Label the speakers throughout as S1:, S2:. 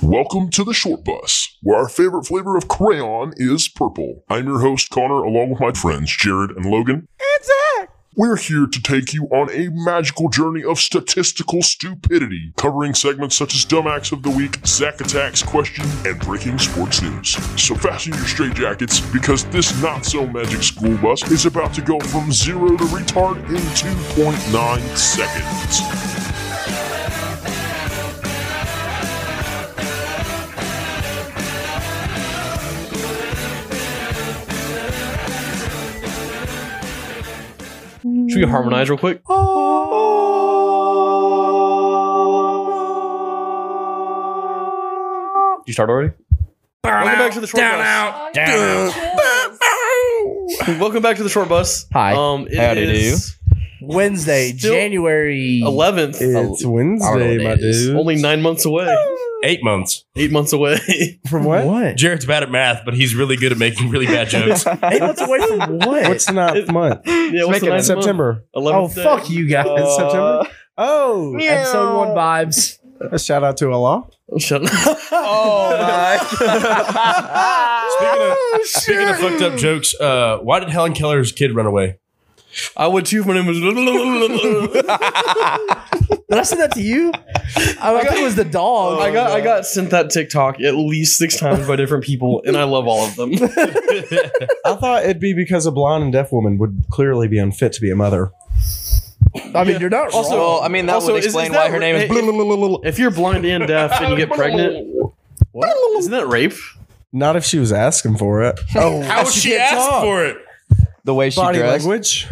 S1: Welcome to the Short Bus, where our favorite flavor of crayon is purple. I'm your host, Connor, along with my friends, Jared and Logan.
S2: And Zach!
S1: We're here to take you on a magical journey of statistical stupidity, covering segments such as Dumb Acts of the Week, Zach Attacks Question, and Breaking Sports News. So fasten your straitjackets, because this not so magic school bus is about to go from zero to retard in 2.9 seconds.
S3: Should we harmonize real quick? Did you start already? Welcome back to the short
S2: Down
S3: bus.
S2: out!
S3: Welcome back to the short bus.
S4: Hi.
S3: Um, it
S4: Howdy
S3: is
S4: Wednesday,
S3: Still-
S4: January
S3: 11th.
S5: It's Wednesday, my dude.
S3: Oh, Only nine months away.
S6: Eight months.
S3: Eight months away.
S4: From what?
S6: Jared's bad at math, but he's really good at making really bad jokes.
S4: Eight months away from what?
S5: What's the ninth month?
S3: yeah, what's the ninth
S5: September.
S3: month?
S4: oh,
S3: 11th day.
S4: fuck you guys.
S5: It's September. Oh,
S4: Episode one vibes.
S5: a shout out to Allah.
S3: Oh, shut up.
S6: Speaking of, speaking of fucked up jokes, uh, why did Helen Keller's kid run away?
S3: I would too if my name was.
S4: Did I send that to you? I, I think it was the dog.
S3: I got I got sent that TikTok at least six times by different people, and I love all of them.
S5: I thought it'd be because a blonde and deaf woman would clearly be unfit to be a mother.
S4: I mean, you're not
S3: Also,
S4: wrong.
S7: I mean, that
S3: also,
S7: would
S3: is- is
S7: explain
S3: that
S7: why her name is.
S3: ra- If you're blind and deaf and you get pregnant, what? isn't that rape?
S5: Not if she was asking for it.
S4: Oh,
S6: How would she ask for it?
S7: The way she
S5: Body
S7: dressed.
S5: language.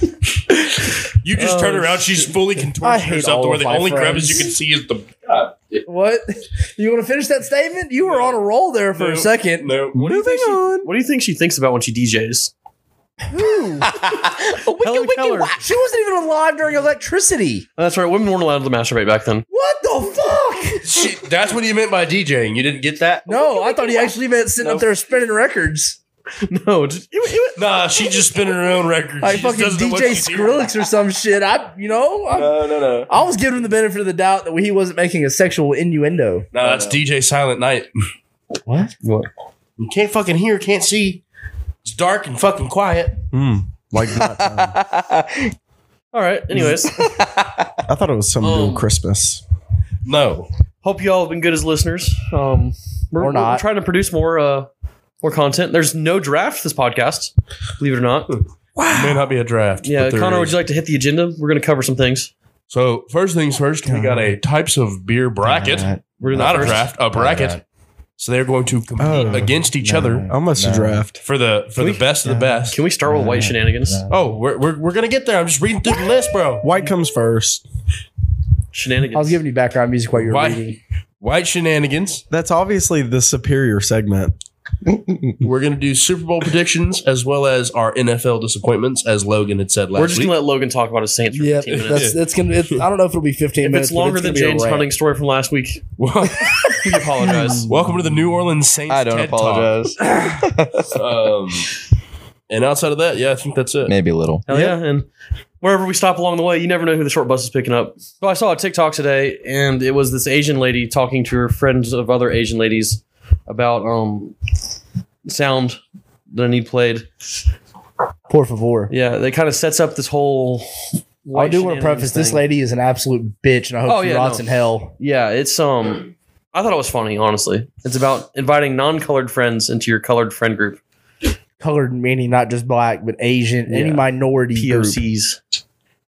S6: You just
S3: Oh,
S6: turn around. She's fully
S4: I
S6: contorting
S4: hate
S6: herself to
S4: all
S6: where
S4: of
S6: the
S4: my
S6: only crevice
S4: friends.
S6: you can see is the.
S4: What? You want to finish that statement? You were on a roll there for a
S6: No.
S4: second.
S6: No. What do you
S5: Moving
S6: think?
S5: on.
S3: What do you think she thinks about when she DJs? Helen
S4: Wicca, wicca,
S3: Keller.
S4: wow. She wasn't even alive during electricity.
S3: Oh, That's right. Women weren't allowed to masturbate back then.
S4: What the fuck?
S6: She, that's what you meant by DJing. You didn't get that?
S4: No, I thought he actually meant sitting up there spinning records.
S3: No, just,
S6: Nah, she just spinning her own record.
S4: Like fucking DJ Skrillex or some shit. I, you know, I,
S6: No, no, no.
S4: I was giving him the benefit of the doubt that he wasn't making a sexual innuendo.
S6: No, that's DJ Silent Night.
S4: What?
S3: What?
S6: You can't fucking hear, can't see. It's dark and fucking quiet.
S5: Mm, like that.
S3: all right. Anyways,
S5: I thought it was some
S3: Um,
S5: new Christmas.
S6: No.
S3: hope you all have been good as listeners. Um, we're,
S4: Or
S3: we're
S4: not.
S3: trying to produce more uh more content. There's no draft this podcast, believe it or not.
S6: Wow. May not be a draft.
S3: Yeah,
S6: but Hmm, there
S3: Connor,
S6: is.
S3: would you like to hit the agenda? We're going to cover some things.
S6: So first things first, we got a types of beer bracket,
S3: We're doing
S6: not
S3: that
S6: a
S3: first.
S6: draft, a bracket. So they're going to compete
S5: Oh,
S6: against each other
S5: Almost a draft.
S6: for the for
S3: Can
S6: the
S3: we- uh,
S6: best of the best.
S3: Can we start with white shenanigans?
S6: oh, we're, we're, we're gonna get there. I'm just reading through the list, bro.
S5: White comes first.
S3: Shenanigans.
S4: I was giving you background music while you were
S6: Why-
S4: reading.
S6: White shenanigans.
S5: That's obviously the superior segment.
S6: We're gonna do Super Bowl predictions as well as our NFL disappointments, as Logan had said last
S3: We're just
S6: week.
S3: gonna let Logan talk about his Saints for
S4: Yeah,
S3: 15 minutes.
S4: that's that's gonna. It's, I don't know if it'll be fifteen
S3: if
S4: minutes.
S3: it's
S4: but
S3: longer than
S4: gonna be a
S3: Jane's
S4: rant.
S3: hunting story from last week, we apologize.
S6: Welcome to the New Orleans Saints.
S7: I don't
S6: TED
S7: apologize.
S6: Talk. Um, and outside of that, yeah, I think that's it.
S7: Maybe a little.
S3: Hell yeah. And wherever we stop along the way, you never know who the short bus is picking up. So I saw a TikTok today, and it was this Asian lady talking to her friends of other Asian ladies about um sound that I need played.
S4: Por favor.
S3: Yeah, that kind of sets up this whole.
S4: I
S3: white
S4: do want to
S3: shenanigans
S4: preface this
S3: thing.
S4: lady is an absolute bitch, and I hope
S3: Oh,
S4: she
S3: yeah,
S4: rots
S3: no.
S4: in hell.
S3: Yeah, it's um. I thought it was funny, honestly. It's about inviting non-colored friends into your colored friend group,
S4: Colored meaning not just black, but Asian, any
S3: Yeah.
S4: minority group.
S3: POCs.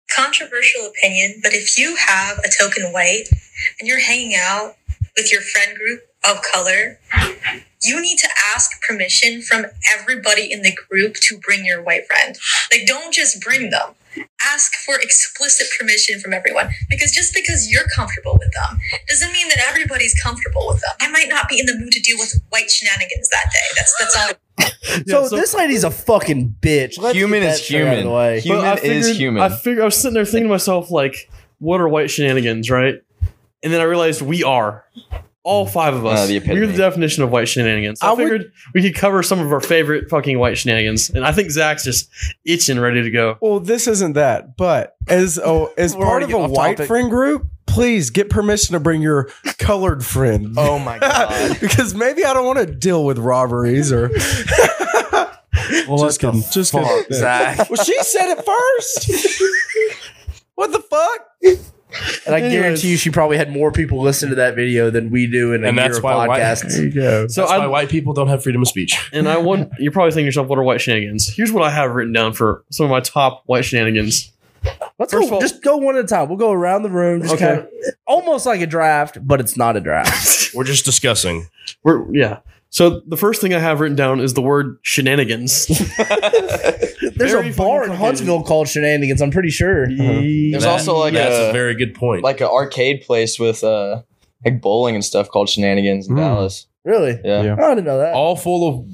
S8: Controversial opinion, but if you have a token white and you're hanging out with your friend group of color, you need to ask permission from everybody in the group to bring your white friend. Like, don't just bring them. Ask for explicit permission from everyone because just because you're comfortable with them doesn't mean that everybody's comfortable with them. I might not be in the mood to deal with white shenanigans that day. That's that's all.
S4: So,
S3: Yeah, so-
S4: this lady's a fucking bitch. Let's
S7: Human
S4: get that
S7: is
S4: shit out of
S7: human.
S4: the way.
S3: But I
S7: Human is
S3: figured- I
S7: human.
S3: figured I was sitting there thinking to myself, like, what are white shenanigans, right? And then I realized we are. All five of
S7: Uh,
S3: us.
S7: the epitome.
S3: We're the definition of white shenanigans. So I,
S4: I would-
S3: figured we could cover some of our favorite fucking white shenanigans. And I think Zach's just itching, ready to go.
S5: Well, this isn't that, but as a, as
S4: We're
S5: part
S4: already
S5: of a
S4: getting off
S5: white
S4: topic.
S5: friend group, please get permission to bring your colored friend.
S2: Oh my god.
S5: because maybe I don't want to deal with robberies or.
S2: well,
S5: just kidding. Just kidding.
S2: Zach.
S5: Well, she said it first. what the fuck?
S2: And I guarantee you, she probably had more people listen to that video than we do in a
S6: And
S2: year
S6: that's
S2: of
S6: why- why-
S2: podcasts.
S5: you go.
S3: So
S6: That's why
S3: I
S6: white people don't have freedom of speech.
S3: and I want you're probably thinking to yourself, what are white shenanigans? Here's what I have written down for some of my top white shenanigans.
S4: Let's
S3: First
S4: go.
S3: of all-
S4: just go one at a time. We'll go around the room. Just
S3: Okay.
S4: kind of almost like a draft, but it's not a draft.
S6: We're just discussing.
S3: We're, yeah. So the first thing I have written down is the word shenanigans.
S4: There's
S3: Very
S4: a bar
S3: fucking
S4: in Huntsville called Shenanigans. I'm pretty sure.
S7: There's also like
S6: That's a
S7: a,
S6: very good point.
S7: like an arcade place with uh like bowling and stuff called Shenanigans in
S3: Hmm.
S5: Mm.
S7: Dallas.
S4: Really?
S7: Yeah,
S5: Yeah.
S4: I didn't know that.
S6: all full of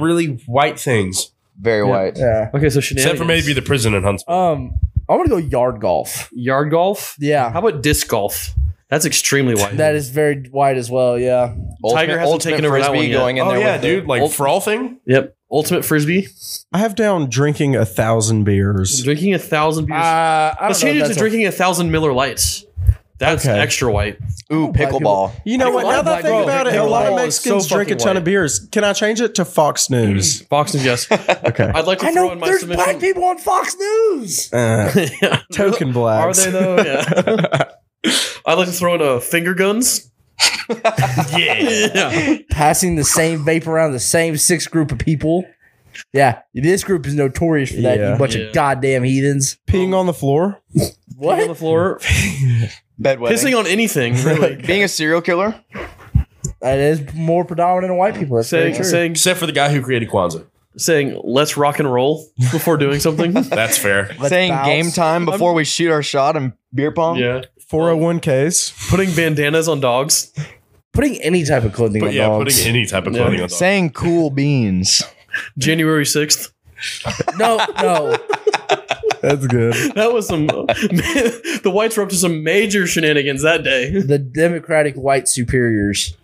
S6: really white things,
S7: very white.
S4: yeah.
S3: okay, so shenanigans.
S6: except for maybe the prison in Huntsville.
S4: Um, I'm gonna go yard golf.
S3: yard golf.
S4: Yeah,
S3: How about disc golf? That's extremely white.
S4: that is very wide as well. Yeah.
S3: Tiger hasn't taken over that
S7: frisbee
S3: one yet.
S7: going in
S6: oh
S7: there.
S6: yeah,
S7: with the-
S6: dude, like
S7: Ult-
S6: frothing.
S3: Yep. Ultimate frisbee.
S5: I have down drinking a thousand beers.
S3: Drinking a thousand beers.
S4: Uh, I
S3: Let's
S4: don't know
S3: change
S4: if
S3: it to
S4: that's a-
S3: drinking a thousand Miller Lights. That's
S5: Okay.
S3: extra white.
S7: Ooh, pickleball.
S5: You know
S4: Like,
S5: what?
S4: a lot
S5: Now
S4: of
S5: that I
S4: black
S5: think
S4: people
S5: about it,
S4: drink
S5: a lot of
S3: alcohol is
S5: Mexicans
S3: so
S5: drink a
S3: fucking
S5: ton
S3: white.
S5: of beers. Can I change it to Fox News?
S3: Fox News, yes.
S5: okay.
S3: I'd like to
S4: I
S3: throw
S4: know
S3: in my
S4: there's black
S3: submission.
S4: people on Fox News.
S5: Uh,
S3: Yeah.
S5: token
S3: Are
S5: blacks.
S3: they though? Yeah. I'd like to throw in a finger guns. yeah.
S4: Passing the same vape around the same six group of people. Yeah, this group is notorious for that.
S5: Yeah.
S4: You bunch
S3: Yeah.
S4: of goddamn heathens.
S5: Peeing on the floor?
S3: Peeing on the
S4: What?
S3: floor.
S7: Bedwetting.
S3: Pissing on anything, really.
S7: Being a serial killer.
S4: That is more predominant in white people. That's very
S3: saying,
S4: true.
S3: saying,
S6: Except for the guy who created Kwanzaa.
S3: saying, let's rock and roll before doing something.
S6: That's fair.
S4: Let's
S7: saying
S4: bounce.
S7: game time before we shoot our shot and beer pong.
S3: yeah.
S5: 401ks?
S3: Putting bandanas on dogs.
S4: Putting any type of clothing
S6: But
S4: on
S6: yeah,
S4: dogs.
S6: putting any type of
S3: Yeah.
S6: clothing on. Dogs.
S7: Saying cool beans.
S3: January 6th.
S4: no, no.
S5: That's good.
S3: That was some. the whites were up to some major shenanigans that day.
S4: the Democratic white superiors.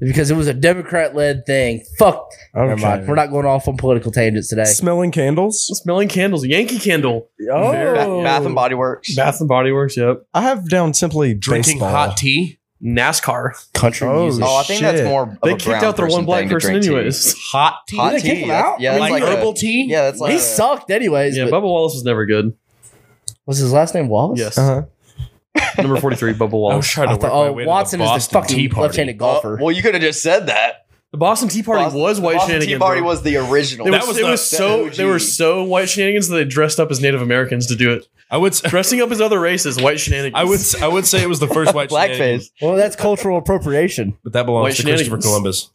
S4: Because it was a Democrat led thing. Fuck. Never mind. We're not going off on political tangents today.
S5: Smelling candles?
S3: Smelling candles. Yankee candle.
S7: Ba- Bath and Body Works.
S3: Bath and Body Works. Yep.
S5: I have down simply
S6: Drinking
S5: baseball.
S6: hot tea,
S3: NASCAR.
S4: Country
S5: Oh,
S4: music.
S7: Oh, I think
S5: Shit.
S7: that's more. Of
S3: They
S7: a
S3: kicked
S7: brown
S3: out their one black
S7: thing to
S3: person,
S7: drink tea.
S3: anyways.
S6: hot tea,
S7: Hot
S4: Did they kick
S7: tea.
S4: them
S7: that's-
S4: out?
S7: Yeah,
S4: I
S7: that's like
S6: like, herbal
S7: a,
S6: tea.
S7: Yeah, that's like
S4: he
S7: a-
S4: sucked anyways.
S3: Yeah,
S4: but
S3: Bubba Wallace was never good.
S4: was his last name Wallace?
S3: Yes.
S5: Uh-huh.
S3: Number 43, Bubba
S6: I was
S3: Wallace.
S6: trying
S4: I
S6: to work
S4: thought,
S6: my
S4: oh,
S6: way
S4: Watson
S6: to the
S4: is
S6: Boston
S4: this fucking
S6: Tea Party.
S4: left-handed
S7: Oh,
S4: golfer.
S7: well, you could have just said that.
S3: The Boston Tea Party
S7: Boston-
S3: was white
S7: Boston Tea
S3: shenanigans.
S7: Party
S3: bro.
S7: was the original.
S3: It
S6: That
S3: was,
S6: was
S3: it
S6: the-
S3: was so
S7: the
S3: they were
S7: OG.
S3: so white shenanigans that they dressed up as Native Americans to do it.
S6: I would, s-
S3: Dressing up as other races, white shenanigans.
S6: I would, s- I would say it was the first white
S7: Blackface.
S6: shenanigans,
S4: well, that's cultural appropriation.
S6: but that
S3: White
S6: belongs to Christopher
S3: shenanigans.
S6: Columbus.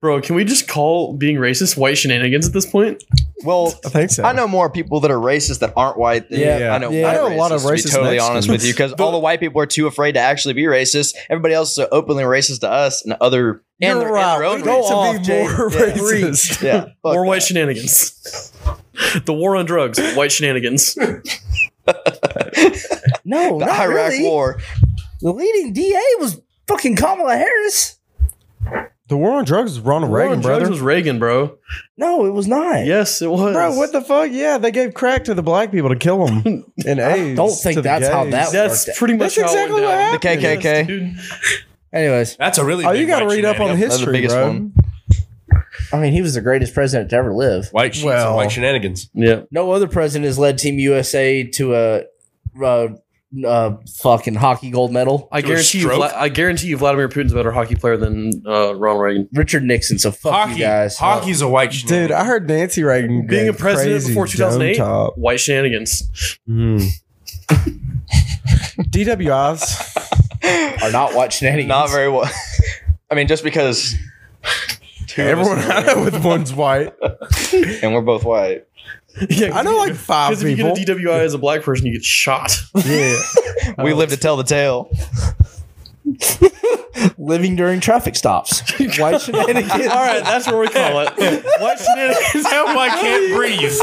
S3: bro. Can we just call being racist white shenanigans at this point?
S7: Well,
S5: I think so.
S7: I know more people that are racist that aren't white. Than
S4: Yeah.
S7: I know.
S4: Yeah.
S7: white
S4: I
S5: know a lot of
S7: racists, To
S5: racist
S7: be totally
S5: Mexicans.
S7: honest with you, because all the white people are too afraid to actually be racist. Everybody else is so openly racist to us and other. and,
S5: You're
S7: their-
S5: right.
S7: and their own race.
S5: We need to
S4: off,
S5: be
S4: Jay.
S5: more
S7: Yeah.
S5: racist.
S7: Yeah, fuck
S3: More white
S7: that.
S3: shenanigans. the war on drugs, white shenanigans.
S4: No,
S7: The
S4: not
S7: Iraq
S4: really.
S7: War.
S4: The leading DA was fucking Kamala Harris.
S5: The war on drugs is Ronald
S3: war
S5: Reagan,
S3: on drugs
S5: brother.
S3: was Reagan, bro.
S4: No, it was not.
S3: Yes, it was.
S5: Bro, what the fuck? Yeah, they gave crack to the black people to kill them. And
S4: I don't
S5: AIDS
S4: think
S5: to the
S4: that's how
S5: gays.
S4: that
S3: That's
S4: That's
S3: pretty much
S5: That's
S3: how it
S5: exactly
S3: went
S5: what
S3: down.
S7: The
S5: happened.
S7: KKK.
S3: Yes, dude.
S4: Anyways,
S6: That's a really.
S5: Oh,
S6: big
S5: you got to
S6: white
S5: read up on
S6: shenanigan.
S7: That's the
S5: history,
S7: biggest
S5: bro.
S7: one.
S4: I mean, he was the greatest president to ever live.
S6: White sheets and
S5: Well.
S6: white shenanigans.
S3: Yeah.
S4: No other president has led Team USA to a, uh uh fucking hockey gold medal.
S3: I
S6: To a
S3: guarantee you.
S6: stroke?
S3: Vla- I guarantee you. Vladimir Putin's a better hockey player than uh, Ronald Reagan.
S4: Richard Nixon. So fuck
S6: Hockey,
S4: you guys.
S6: hockey's a white shenanigan.
S5: Dude, I heard Nancy Reagan
S3: Being a
S5: gave
S3: president
S5: crazy
S3: before
S5: dome
S3: 2008,
S5: top.
S3: white shenanigans.
S5: Mm-hmm. DWIs.
S4: are not watching any.
S7: Not very well. I mean, just because. Two of us
S5: Everyone I know with one's white.
S7: are- and we're both white.
S3: Yeah,
S5: I know like five
S3: Because if you
S5: people.
S3: get a DWI as a black person, you get shot.
S5: yeah.
S7: We live to tell the tale.
S4: living during traffic stops. White shenanigans.
S3: All right, that's where we call it. White shenanigans.
S6: Help! I can't breathe.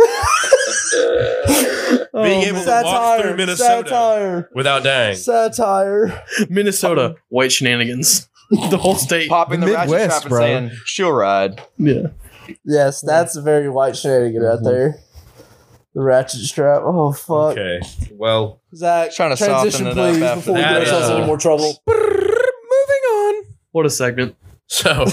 S4: Oh,
S6: Being able to walk through Minnesota without dying.
S4: Satire.
S3: Minnesota, white shenanigans. The whole state.
S7: Popping the,
S5: The
S7: ratchet
S5: Midwest,
S7: strap and
S5: bro.
S7: saying, she'll ride.
S3: Yeah.
S4: Yes, that's a very white shenanigan out there. The ratchet strap. Oh fuck.
S6: Okay. Well,
S4: Zach,
S7: Trying to
S4: transition
S7: soften it up
S4: please
S7: after
S4: before we
S6: that.
S4: get ourselves
S6: Uh,
S4: into more trouble.
S3: What a segment.
S6: so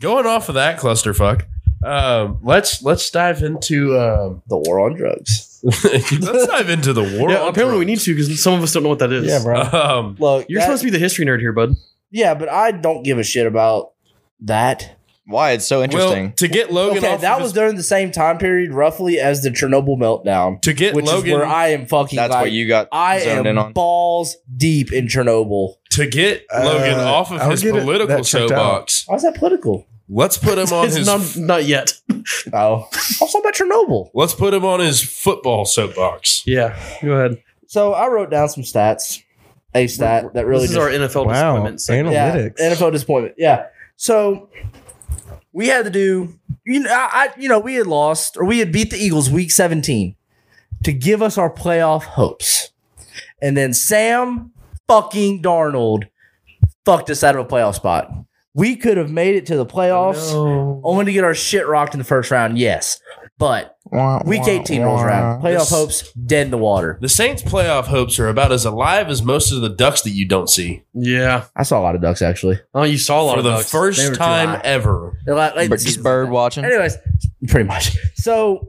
S6: going off of that clusterfuck, um, let's let's dive into um,
S4: The war on drugs.
S6: let's dive into the war.
S3: Yeah, apparently we need to because some of us don't know what that is.
S5: Yeah, bro.
S6: Um,
S4: Look,
S3: You're supposed to be the history nerd here, bud.
S4: Yeah, but I don't give a shit about that.
S7: Why? It's so
S6: well,
S7: interesting.
S6: to get Logan
S4: Okay,
S6: off
S4: that
S6: of
S4: was
S6: his-
S4: during the same time period, roughly as the Chernobyl meltdown,
S6: to get
S4: which is
S6: Logan
S4: where I am fucking.
S7: That's
S4: like,
S7: what you got
S4: I
S7: zoned in
S4: am
S7: on.
S4: balls deep in Chernobyl.
S6: to get
S5: Uh,
S6: Logan off of
S5: I'll
S6: his
S5: get it-
S6: political
S5: that checked
S6: soapbox.
S4: Why is that political?
S6: Let's put him on
S3: it's
S6: his
S3: not, not yet.
S4: Oh, I'm talking about Chernobyl.
S6: let's put him on his football soapbox.
S3: Yeah, go ahead.
S4: So I wrote down some stats. A stat that really
S3: this is
S4: just
S3: our NFL
S5: Wow.
S3: disappointment segment.
S5: Analytics.
S4: Yeah, NFL disappointment. Yeah. So we had to do you know I, I- you know we had lost or we had beat the Eagles week 17 to give us our playoff hopes. And then Sam fucking Darnold fucked us out of a playoff spot. We could have made it to the playoffs only to get our shit rocked in the first round. Yes. But week 18 rolls around. Playoff
S6: This-
S4: hopes dead in the water.
S6: The Saints' playoff hopes are about as alive as most of the ducks that you don't see
S3: Yeah.
S4: I saw a lot of ducks actually.
S3: Oh, you saw a lot
S6: for
S3: of
S6: the
S3: ducks.
S4: They were
S6: first
S4: too high.
S6: time ever.
S4: They're like- like-
S7: But just bird watching.
S4: Anyways, pretty much. So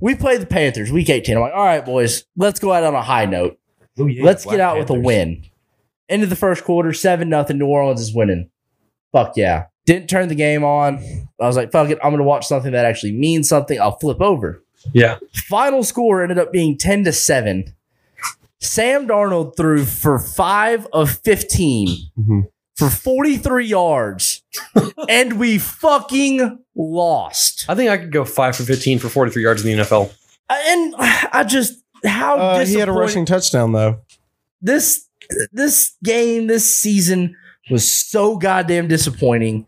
S4: we played the Panthers week 18. I'm like, all right, boys, let's go out on a high note. let's get out with a win. Into the first quarter, 7 nothing. New Orleans is winning. Fuck yeah. Didn't turn the game on. I was like, fuck it. I'm going to watch something that actually means something. I'll flip over.
S3: Yeah.
S4: Final score ended up being 10 to 7. Sam Darnold threw for 5 of 15
S5: Mhm.
S4: for 43 yards. and we fucking lost.
S3: I think I could go five for 15 for 43 yards in the NFL.
S4: and I just how
S5: Uh,
S4: disappointing
S5: he had a rushing touchdown though.
S4: this this game this season was so goddamn disappointing.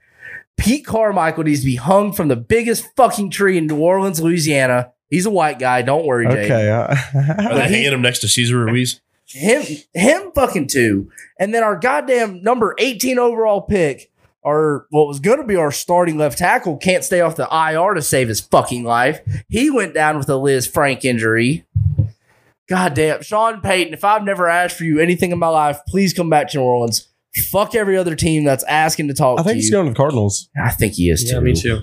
S4: Pete Carmichael needs to be hung from the biggest fucking tree in New Orleans, Louisiana. He's a white guy. Don't worry, Jay.
S5: Okay. uh,
S6: Are
S5: I-
S6: they hanging him next to Caesar Ruiz?
S4: Him, him, fucking too. And then our goddamn number eighteen overall pick, our what was going to be our starting left tackle, can't stay off the IR to save his fucking life. He went down with a Liz Frank injury. Goddamn, Sean Payton. If I've never asked for you anything in my life, please come back to New Orleans. Fuck every other team that's asking to talk
S5: I think
S4: to
S5: he's
S4: you.
S5: going to the Cardinals.
S4: I think he is too.
S3: too.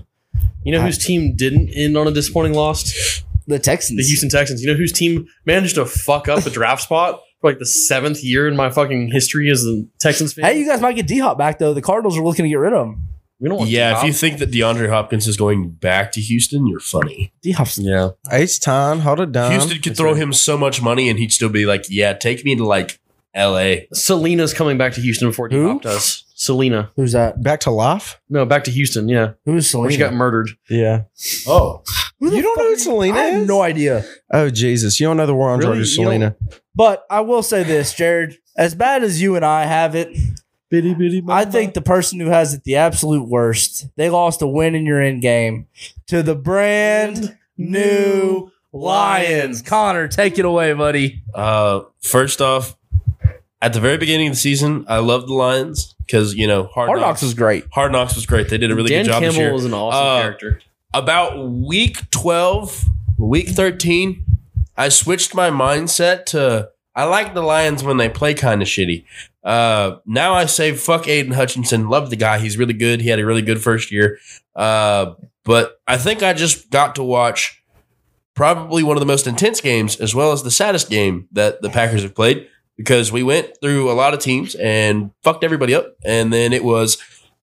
S3: You know whose team didn't end on a disappointing loss?
S4: The
S3: The
S4: Texans.
S3: Houston Texans. You know whose team managed to fuck up a draft spot for like the seventh year in my fucking history as the Texans fan?
S4: hey, you guys might get D Hop back though. The Cardinals are looking to get rid of him.
S3: we don't want
S6: Yeah,
S3: to
S6: if you think that DeAndre Hopkins is going back to Houston, you're funny.
S4: D Hop's
S3: yeah.
S5: H time, hold it
S3: Um,
S5: down.
S6: Houston could throw him so much money and he'd still be like, yeah, take me to like LA.
S3: Selena's coming back to Houston before he
S4: Who?
S3: hopped us. Selena.
S4: who's that?
S5: back to life.
S3: No, back to Houston. Yeah.
S4: Who's
S3: Where
S4: Selena?
S3: she got murdered.
S5: Yeah.
S6: Oh.
S4: Who the
S5: You don't know
S4: fuck-
S5: who Selena
S4: I have
S5: is?
S4: no idea.
S5: Oh Jesus! You don't know the war on
S3: Really?
S5: drugs,
S3: You don't-
S5: Selena.
S4: But I will say this, Jared. As bad as you and I have it,
S3: Bitty bitty.
S4: I think the person who has it the absolute worst, they lost a win in your end game to the brand new Lions. Connor, take it away, buddy.
S6: Uh, first off, at the very beginning of the season, I loved the Lions because, you know, Hard,
S4: Hard
S6: Knocks,
S4: Knocks was great.
S6: Hard Knocks was great. They did a really
S3: Dan
S6: good job this year.
S3: Campbell is an awesome
S6: Uh,
S3: character.
S6: about week 12, week 13, I switched my mindset to I like the Lions when they play kind of shitty. Uh, now I say fuck Aiden Hutchinson. Love the guy. He's really good. He had a really good first year. Uh, but I think I just got to watch probably one of the most intense games as well as the saddest game that the Packers have played because we went through a lot of teams and fucked everybody up. And then it was,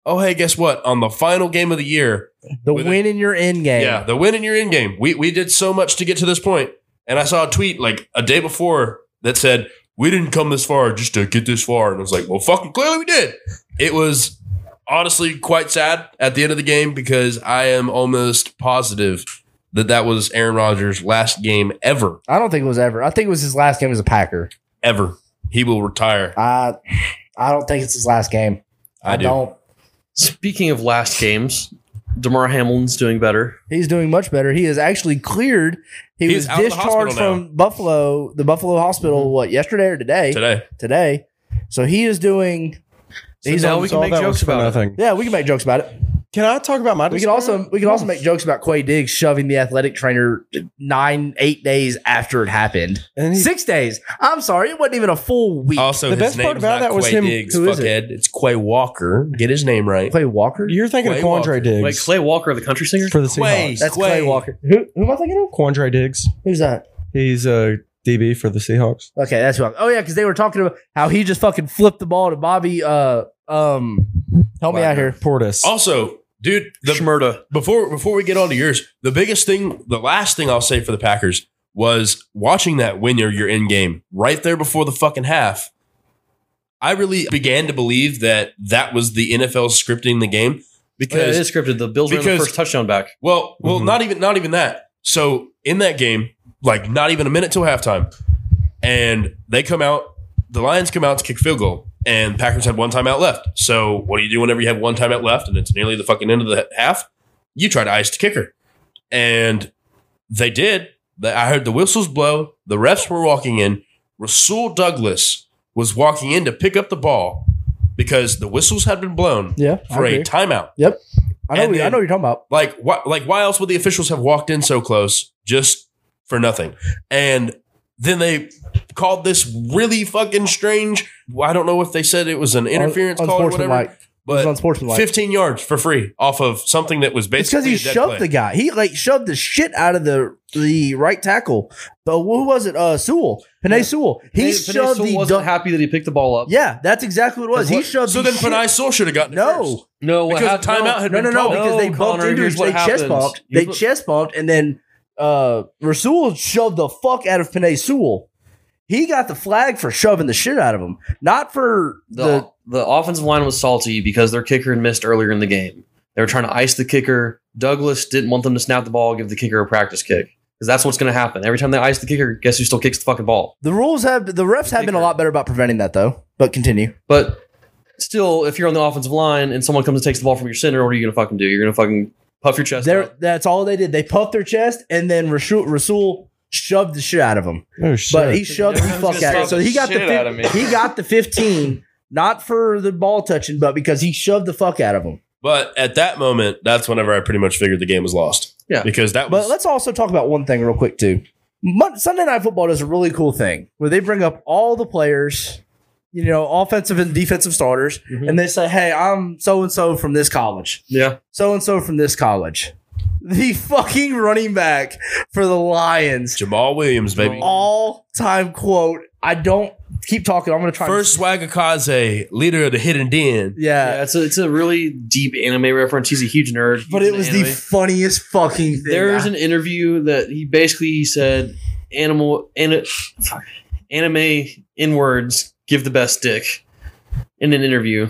S6: oh, hey, guess what? On the final game of the year,
S4: The
S6: With
S4: win in your end game.
S6: yeah, the win in your end game. We we did so much to get to this point, and I saw a tweet like a day before that said we didn't come this far just to get this far, and I was like, well, fucking clearly we did. It was honestly quite sad at the end of the game because I am almost positive that that was Aaron Rodgers' last game ever,
S4: I don't think it was ever. I think it was his last game as a Packer.
S6: ever. He will retire.
S4: I I don't think it's his last game.
S6: I, do.
S4: don't.
S3: Speaking of last games, Damar Hamlin's doing better.
S4: He's doing much better. He is actually cleared. He
S6: He's
S4: was
S6: out of the
S4: discharged
S6: hospital now. Mm-hmm.
S4: from Buffalo, the Buffalo hospital, what, yesterday or today?
S6: today.
S4: today. So he is doing.
S3: So
S4: he's
S3: now
S4: on-
S3: we can
S5: So all
S3: make
S5: that was
S3: jokes
S5: for
S3: about it.
S5: nothing.
S4: yeah, we can make jokes about it.
S5: Can I talk about my?
S4: We can also we can also make jokes about Quay Diggs shoving the athletic trainer nine eight days after it happened.
S5: And he-
S4: Six days. I'm sorry, it wasn't even a full week.
S6: Also,
S5: The
S6: his
S5: best
S6: name's
S5: part about
S6: not
S5: that was
S6: Quay
S5: him-
S6: Diggs,
S5: who is it?
S6: fuckhead. It's Quay Walker. Get his name right.
S4: Quay Walker.
S5: you're thinking
S6: Quay
S5: of Quandre
S6: Walker.
S5: Diggs
S3: Wait, Clay Walker, the country singer?
S5: for the
S6: Quay.
S5: Seahawks.
S4: That's Quay.
S6: Quay.
S4: Walker. Who, who am I thinking of?
S5: Quandre Diggs.
S4: Who's that?
S5: He's a DB for the Seahawks.
S4: Okay, that's who. I'm, oh yeah, because they were talking about how he just fucking flipped the ball to Bobby. Uh, um, help me out here.
S5: Portis.
S4: Oh,
S6: Also, dude, the,
S3: Shmurda.
S6: before before we get on to yours, the biggest thing, the last thing I'll say for the Packers was watching that when you're you're in game right there before the fucking half. I really began to believe that that was the NFL scripting the game
S3: Yeah, it
S6: because
S3: is scripted. The Bills ran the
S6: because-
S3: first touchdown back.
S6: well, well,
S5: Mhm.
S6: not even not even that. So in that game, like not even a minute till halftime, and they come out. The Lions come out to kick field goal, and Packers had one timeout left. So what do you do whenever you have one timeout left and it's nearly the fucking end of the half? You try to ice the kicker, and they did. They- I heard the whistles blow. The refs were walking in. Rasul Douglas was walking in to pick up the ball because the whistles had been blown
S4: Yeah,
S6: for a timeout.
S4: I know.
S6: and
S4: we- I
S6: then-
S4: know what you're talking about.
S6: Like why like why else would the officials have walked in so close just for nothing? And then they called this really fucking strange. well, I don't know if they said it was an interference call or whatever,
S4: Unsportsmanlike. It was
S6: but
S4: unsportsmanlike.
S6: 15 yards for free off of something that was
S4: It's because
S6: basically
S4: he
S6: a dead
S4: shoved
S6: play.
S4: the guy. He like shoved the shit out of the the right tackle. But who was it? Uh, Sewell. Panay Sewell. He
S3: Panay- Panay
S4: shoved
S3: Sewell
S4: the.
S3: wasn't
S4: du-
S3: happy that he picked the ball up.
S4: yeah, that's exactly what it was.
S3: What-
S4: he shoved.
S6: So
S4: the
S6: then
S4: shit-
S6: Panay Sewell should have gotten it first.
S4: No,
S3: No, what
S6: Because
S3: hap-
S6: the timeout had
S4: no, no,
S6: been
S4: no,
S6: called.
S4: because they bumped
S3: Connor,
S4: into
S3: here's
S4: each.
S3: what
S4: They chest
S3: happens.
S4: bumped.
S3: Here's
S4: They
S3: what-
S4: chest bumped, and then uh, Rasul shoved the fuck out of Panay Sewell. He got the flag for shoving the shit out of him, not for
S3: the,
S4: the.
S3: the offensive line was salty because their kicker had missed earlier in the game. They were trying to ice the kicker. Douglas didn't want them to snap the ball, give the kicker a practice kick because that's what's going to happen. Every time they ice the kicker, guess who still kicks the fucking ball?
S4: The rules have the refs have been a lot better about preventing that though. But continue.
S3: But still, if you're on the offensive line and someone comes and takes the ball from your center, what are you going to fucking do? You're going to fucking puff your chest.
S4: There,
S3: out.
S4: that's all they did. They puffed their chest, and then Rasul, Rasul shoved the shit out of him.
S5: oh shit!
S4: But he shoved the
S7: Everyone's
S4: fuck
S7: gonna
S4: out. of him.
S7: shove
S4: So he
S7: the
S4: got the
S7: shit out of me.
S4: fif- he got the fifteen, not for the ball touching, but because he shoved the fuck out of him.
S6: But at that moment, that's whenever I pretty much figured the game was lost.
S3: Yeah.
S6: Because that was
S4: But let's also talk about one thing real quick too. Mon- Sunday Night Football does a really cool thing where they bring up all the players, you know, offensive and defensive starters, and they say, "Hey, I'm so and so from this college,
S3: Yeah.
S4: so and so from this college." The fucking running back for the Lions,
S6: Jamal Williams, baby.
S4: all time quote. I don't keep talking. I'm gonna try. and-
S6: First Swagakaze, leader of the Hidden Den.
S4: yeah,
S3: Yeah, it's a, it's a really deep anime reference. He's a huge nerd. He's
S4: but it
S3: an
S4: was the
S3: anime.
S4: funniest fucking thing.
S3: There's
S4: I-
S3: an interview that he basically he said animal an, fuck, anime in words give the best dick in an interview.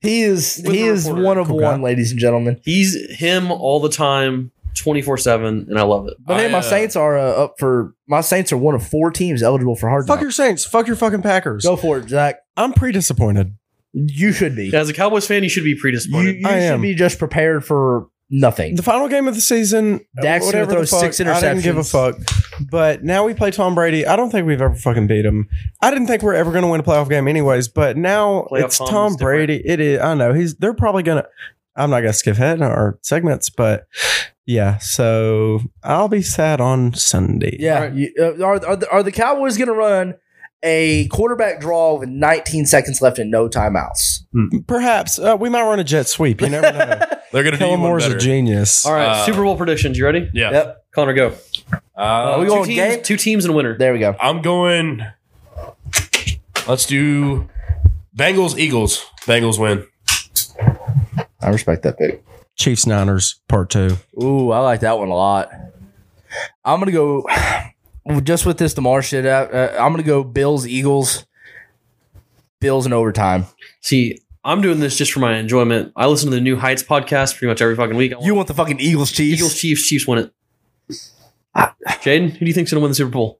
S4: he is
S5: With
S4: he
S5: the
S4: is
S5: reporter.
S4: one of
S5: Cool guy.
S4: one, ladies and gentlemen.
S3: He's him all the time, twenty four seven, and I love it.
S4: But hey,
S6: I,
S4: my
S6: uh,
S4: Saints are uh, up for my Saints are one of four teams eligible for hard
S5: fuck
S4: knocks.
S5: your Saints. Fuck your fucking Packers.
S4: Go for it, Zach.
S5: I'm pretty disappointed.
S4: You should be.
S3: As a Cowboys fan, you should be
S4: You,
S3: predisposed.
S4: you
S5: I am.
S4: should be just prepared for nothing.
S5: The final game of the season,
S4: Dak's gonna
S5: whatever the
S4: throw
S5: fuck,
S4: six
S5: I didn't give a fuck. But now we play Tom Brady. I don't think we've ever fucking beat him. I didn't think we're ever going to win a playoff game, anyways. But now
S3: Playoff
S5: it's
S3: Tom
S5: Tom
S3: is different.
S5: Brady. It is. I know he's. They're probably gonna. I'm not gonna skip ahead in our segments, but yeah. So I'll be sad on Sunday.
S4: yeah. You- uh, are, are, the, are the Cowboys going to run a quarterback draw with 19 seconds left and no timeouts?
S5: Perhaps uh, we might run a jet sweep. You never know.
S6: They're gonna
S5: Kellen
S6: do you one
S5: Moore's a
S6: better.
S5: genius.
S3: all right,
S6: uh,
S3: Super Bowl predictions. You ready?
S6: yeah.
S4: Yep.
S3: Connor, go.
S6: Uh,
S4: we
S3: two,
S4: going
S3: teams,
S4: game?
S3: two teams and a winner.
S4: There we go.
S6: I'm going. Let's do Bengals Eagles. Bengals win.
S4: I respect that pick.
S5: Chiefs Niners part two.
S4: Ooh, I like that one a lot. I'm going to go just with this DeMar shit out. Uh, I'm going to go Bills, Eagles, Bills in overtime.
S3: See, I'm doing this just for my enjoyment. I listen to the New Heights podcast pretty much every fucking week. I want
S4: You want the fucking Eagles, Chiefs? Ah.
S3: Eagles, Chiefs, Chiefs win it. Jaden, who do you think's going to win the Super Bowl?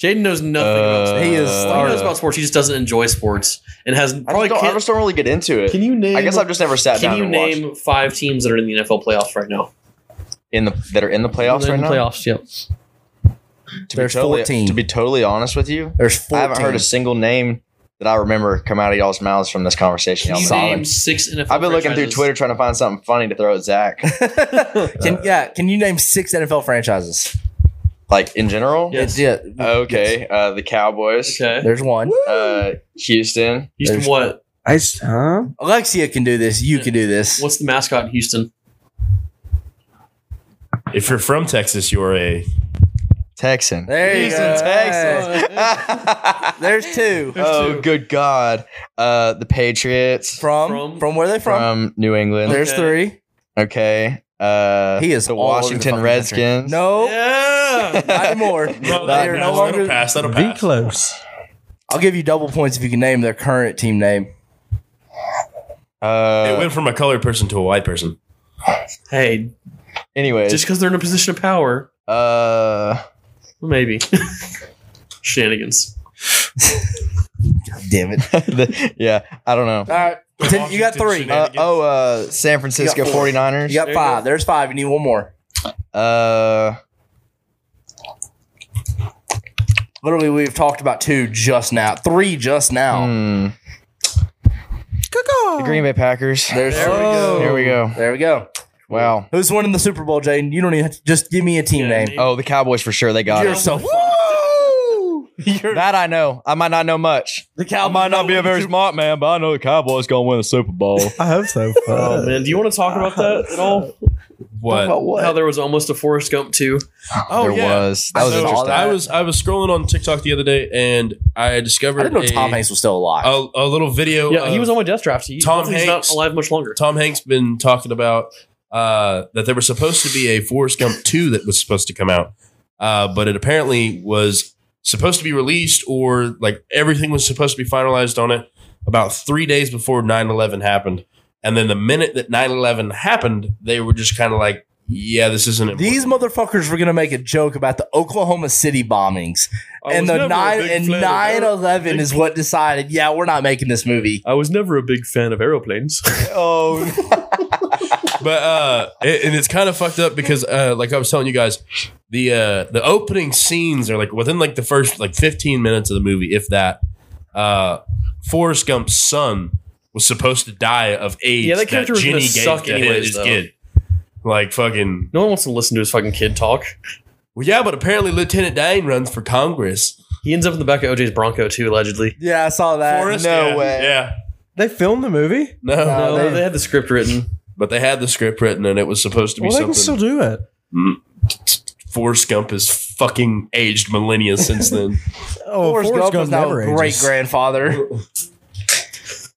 S3: Jaden knows nothing about sports.
S4: He is
S3: He knows
S4: uh,
S3: about sports. He just doesn't enjoy sports and has
S7: I just,
S3: probably
S7: don't, I
S3: can't.
S7: just don't really get into it.
S3: Can you name?
S7: I guess I've just never sat
S3: Can
S7: down
S3: you
S7: and watched
S3: name five teams that are in the NFL playoffs right now?
S7: in the that are in the playoffs
S3: in
S7: right
S3: the
S7: now.
S3: playoffs, yep.
S7: To be
S4: There's
S7: totally,
S4: 14.
S7: To be totally honest with you,
S4: There's
S7: I
S4: 14.
S7: haven't heard a single name that I remember come out of y'all's mouths from this conversation. Y'all been
S9: Name
S7: having.
S9: six NFL.
S7: I've been looking through
S9: franchises.
S7: Twitter trying to find something funny to throw at Zach.
S4: Can yeah? Can you name six NFL franchises?
S7: Like in general.
S9: Yes.
S4: Yeah.
S7: Okay. Uh, the Cowboys.
S9: Okay.
S4: There's one.
S7: Uh, Houston.
S9: Houston,
S4: There's-
S9: what?
S5: I s- huh?
S4: Alexia can do this. You can do this.
S9: What's the mascot in Houston?
S6: If you're from Texas, you're a
S7: Texan.
S4: There you go.
S7: Texas.
S4: There's two.
S7: oh, good God. Uh, the Patriots from,
S4: From
S9: From-
S4: from, where they from?
S7: New England.
S4: There's
S9: Okay.
S4: three.
S7: okay. Uh,
S4: He is
S7: the
S4: all over the
S7: Washington
S4: fucking
S7: Redskins.
S4: No,
S6: yeah.
S4: not anymore.
S6: Well,
S4: they are no
S6: that'll
S4: longer.
S6: pass. That'll
S5: Be
S6: pass.
S5: close.
S4: I'll give you double points if you can name their current team name.
S6: it
S7: Uh,
S6: went from a colored person to a white person.
S3: Hey,
S7: anyways,
S3: just because they're in a position of power,
S7: uh,
S3: maybe shenanigans.
S4: Damn it!
S7: the, yeah, I don't know.
S4: All right, Ten- you got three.
S7: Uh, oh, uh, San Francisco
S4: You got four.
S7: 49ers.
S4: You got five. There's five. You need one more.
S7: Uh,
S4: Literally, we've talked about two just now. Three just now.
S7: hmm. The Green Bay Packers.
S4: There's there we go.
S7: Here we go.
S4: There we go.
S7: Wow.
S4: Who's winning the Super Bowl, Jaden? You don't even have to, just give me a team name.
S7: Oh, the Cowboys for sure. They got
S4: You're
S7: it.
S4: so
S7: that I know. I might not know much.
S4: the
S7: I
S4: Cowboys
S7: might not be a very smart man, but I know the Cowboys gonna win the Super Bowl.
S5: I hope so.
S3: Oh
S7: Uh,
S3: man, do you want to talk about that at all?
S6: What?
S3: How there was almost a Forrest Gump too.
S6: Oh
S7: there
S6: yeah.
S7: was. That was
S6: So,
S7: interesting.
S6: I was I was scrolling on TikTok the other day and I discovered
S4: I didn't know
S6: a,
S4: Tom Hanks was still alive.
S3: Oh.
S6: a, a little video.
S3: Yeah, he
S6: of-
S3: was on my death draft. He,
S6: uh, Tom
S3: he's
S6: Hanks.
S3: not alive much longer.
S6: Tom Hanks been talking about uh, that there was supposed to be a Forrest Gump 2 that was supposed to come out, uh, but it apparently was supposed to be released or like everything was supposed to be finalized on it about three days before 9 11 happened. And then the minute that 9 11 happened, they were just kind of like, yeah, this isn't important.
S4: These motherfuckers were gonna make a joke about the Oklahoma City bombings,
S3: I
S4: and
S3: was never
S4: the
S3: a
S4: nine
S3: big
S4: and
S3: fan of
S4: nine
S3: aer-
S4: eleven is what decided. Yeah, we're not making this movie.
S3: I was never a big fan of aeroplanes.
S7: oh,
S6: but uh it, and it's kind of fucked up because uh like i was telling you guys the uh the opening scenes are like within like the first like 15 minutes of the movie if that uh forrest gump's son was supposed to die of aids
S3: Yeah, that character was gonna suck anyways, though.
S6: like fucking
S3: no one wants to listen to his fucking kid talk.
S6: well yeah but apparently lieutenant dane runs for congress
S3: He ends up in the back of OJ's Bronco too, allegedly.
S4: Yeah, I saw
S3: Uh,
S4: that.
S6: Forrest-
S7: no
S6: yeah,
S7: way.
S6: yeah
S5: They filmed the movie.
S6: no,
S4: No.
S3: No,
S4: they-
S3: Uh, they had the script written.
S6: but they had the script written and it was supposed to be
S5: Well, they can
S6: something
S5: still do it.
S6: forrest gump is fucking aged millennia since then
S5: Oh,
S4: Forrest Gump was now a great grandfather.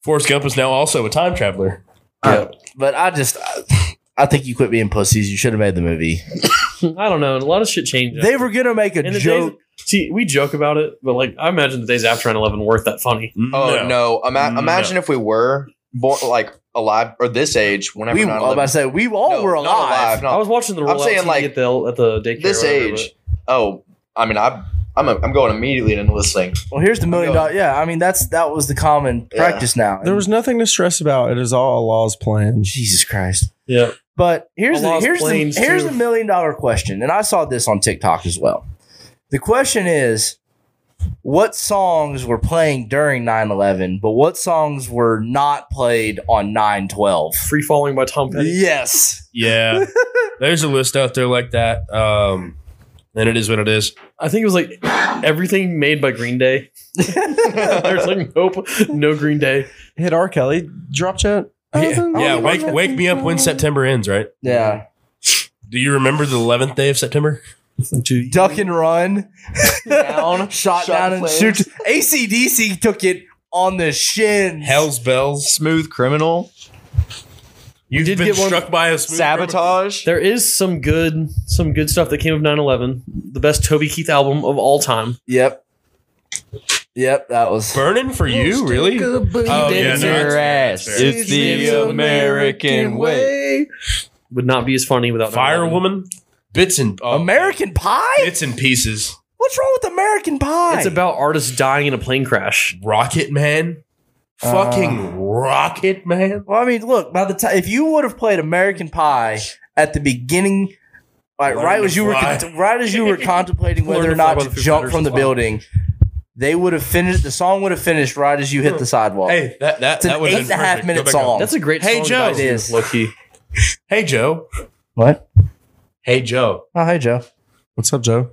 S6: forrest gump is now also a time traveler
S4: But I just, I, I think you quit being pussies. You should have made the movie.
S3: I don't know. A lot of shit changed.
S4: They were gonna make a
S3: And the
S4: joke.
S3: days, see, we joke about it, but like I imagine the days after 9-11 weren't that funny.
S7: Oh no! Ima-
S6: No.
S7: imagine if we were born like alive or this age. Whenever
S4: we, I
S7: 9/11
S4: was about to say we all
S7: No,
S4: were
S7: not
S4: alive.
S7: not
S3: I was watching the
S7: I'm
S3: rollout
S7: saying,
S3: TV
S7: like,
S3: at the at the daycare.
S7: this
S3: or whatever,
S7: age. Oh, I mean, I, I'm a, I'm going immediately into this thing.
S4: Well, here's the million dollar. Yeah, I mean that's that was the common
S7: Yeah.
S4: practice now.
S5: There was nothing to stress about. It is all Allah's plan.
S4: Jesus Christ.
S3: but- Yeah.
S4: But here's the
S3: Allah's
S4: here's the
S3: planes,
S4: here's
S3: too.
S4: the million dollar question, and I saw this on TikTok as well. The question is, what songs were playing during 9-11, but what songs were not played on 9-12?
S3: Free falling by Tom Petty.
S4: Yes.
S6: Yeah. There's a list out there like that. Um, and it is what it is.
S3: I think it was like everything made by Green Day. There's like nope, no Green Day.
S5: Hit R. Kelly, drop chat.
S6: Yeah, wake, wake me up when September ends, right?
S4: Yeah.
S6: Do you remember the 11th day of September?
S4: Duck and run.
S7: Down.
S4: shot,
S7: Shot
S4: down and
S7: flares.
S4: shoot. ACDC took it on the shins.
S6: Hell's Bells.
S7: Smooth criminal
S6: You've
S3: did
S6: been
S3: get one-
S6: struck by a smooth
S7: sabotage.
S3: There is some good some good stuff that came of 9-11. The best Toby Keith album of all time.
S4: Yep. Yep, that was
S6: Burning for you, really? Oh, yeah, no, that's-
S7: ass.
S6: that's fair.
S7: It's the American way.
S3: Would not be as funny without
S6: Fire
S3: 9/11.
S6: Woman. Bits and oh,
S4: American Pie?
S6: Bits and pieces.
S4: What's wrong with American Pie?
S3: It's about artists dying in a plane crash.
S6: Rocket Man.
S4: Uh,
S6: Fucking Rocket Man.
S4: Well, I mean, look, by the time if you would have played American Pie at the beginning, like
S6: Learn
S4: right
S6: to
S4: as you were
S6: fly.
S4: con- right as you were contemplating whether
S3: Learn
S4: or
S3: to
S4: not
S3: fly by
S4: to
S3: the Foo
S4: jump
S3: Fighters
S4: from the
S3: as well.
S4: building, They would have finished. The song would have finished right as you hit the sidewalk.
S6: Hey, that that
S4: it's an
S6: that would
S4: eight and a half minute song.
S3: That's a great
S6: Hey,
S3: song.
S6: Joe.
S3: about you,
S4: It is.
S3: low-key.
S6: Hey Joe.
S4: what?
S6: Hey Joe.
S4: Oh, hey Joe.
S5: What's up, Joe?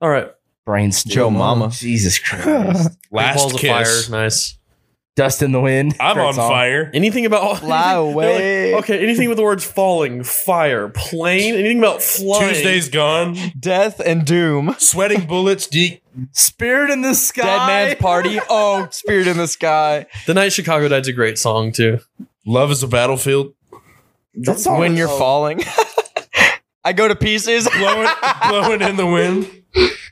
S3: All right.
S4: Brain still.
S5: Joe Mama.
S4: Oh, Jesus Christ.
S6: Last
S3: balls
S6: kiss.
S3: of fire. Nice.
S4: Dust in the wind.
S6: I'm
S4: Great
S6: on
S4: song.
S6: fire.
S3: Anything about
S7: Fly
S3: anything-
S7: away.
S3: okay, anything with the words falling, fire, plane, anything about flying.
S6: Tuesday's gone.
S7: Death and doom.
S6: Sweating bullets deep.
S4: Spirit in the sky.
S7: Dead man's party. Oh, spirit in the sky.
S3: The night Chicago died's a great song too.
S6: Love is a battlefield.
S4: That song
S7: When
S4: is-
S7: you're falling. I go to pieces.
S6: Blowing, blowing in the wind.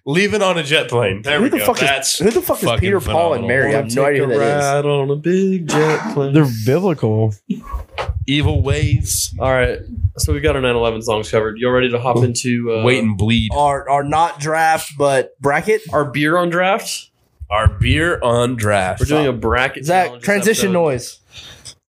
S6: Leaving on a jet plane. There
S4: Who
S6: we
S4: the
S6: go.
S4: fuck is
S6: That's
S4: Who the fuck is
S6: fucking
S4: Peter Paul and
S6: phenomenal.
S4: Mary? I have no idea who that is.
S3: on a big jet plane.
S5: They're biblical.
S6: evil ways.
S3: All right, so we got our 9/11 songs covered. Y'all ready to hop into uh,
S6: Wait and bleed.
S4: Are are not draft, but bracket.
S3: our beer on draft?
S6: Our beer on draft.
S3: We're doing a bracket.
S4: Zach,
S3: challenge this
S4: transition
S3: episode.
S4: noise.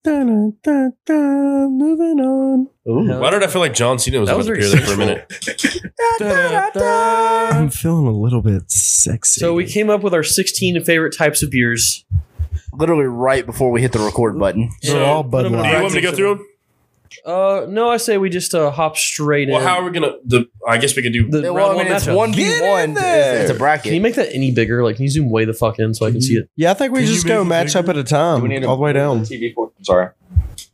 S5: Dun, dun, dun, moving on.
S6: Why did I feel like John Cena was
S3: That
S6: about
S3: was
S6: to
S3: very
S6: appear there for a minute?
S5: I'm feeling a little bit sexy.
S3: So we came up with our 16 favorite types of beers.
S4: Literally right before we hit the record button.
S5: They're all Bud
S3: Put 'em on
S6: Do you
S5: Light.
S6: want me to go through them?
S3: Uh, no, I say we just uh, hop straight
S6: Well,
S3: in.
S6: how are we gonna? The I guess we can do.
S3: the
S4: Well,
S3: round
S4: I mean,
S3: one
S4: it's
S3: matchup.
S4: one v one. It's a
S3: Can
S4: bracket.
S3: you make that any bigger? Like, can you zoom way the fuck in so I can see it?
S5: Yeah, I think we
S6: Can you
S5: just
S6: make
S5: go
S6: it
S5: match up at a time, all the way down.
S7: TV for- Sorry.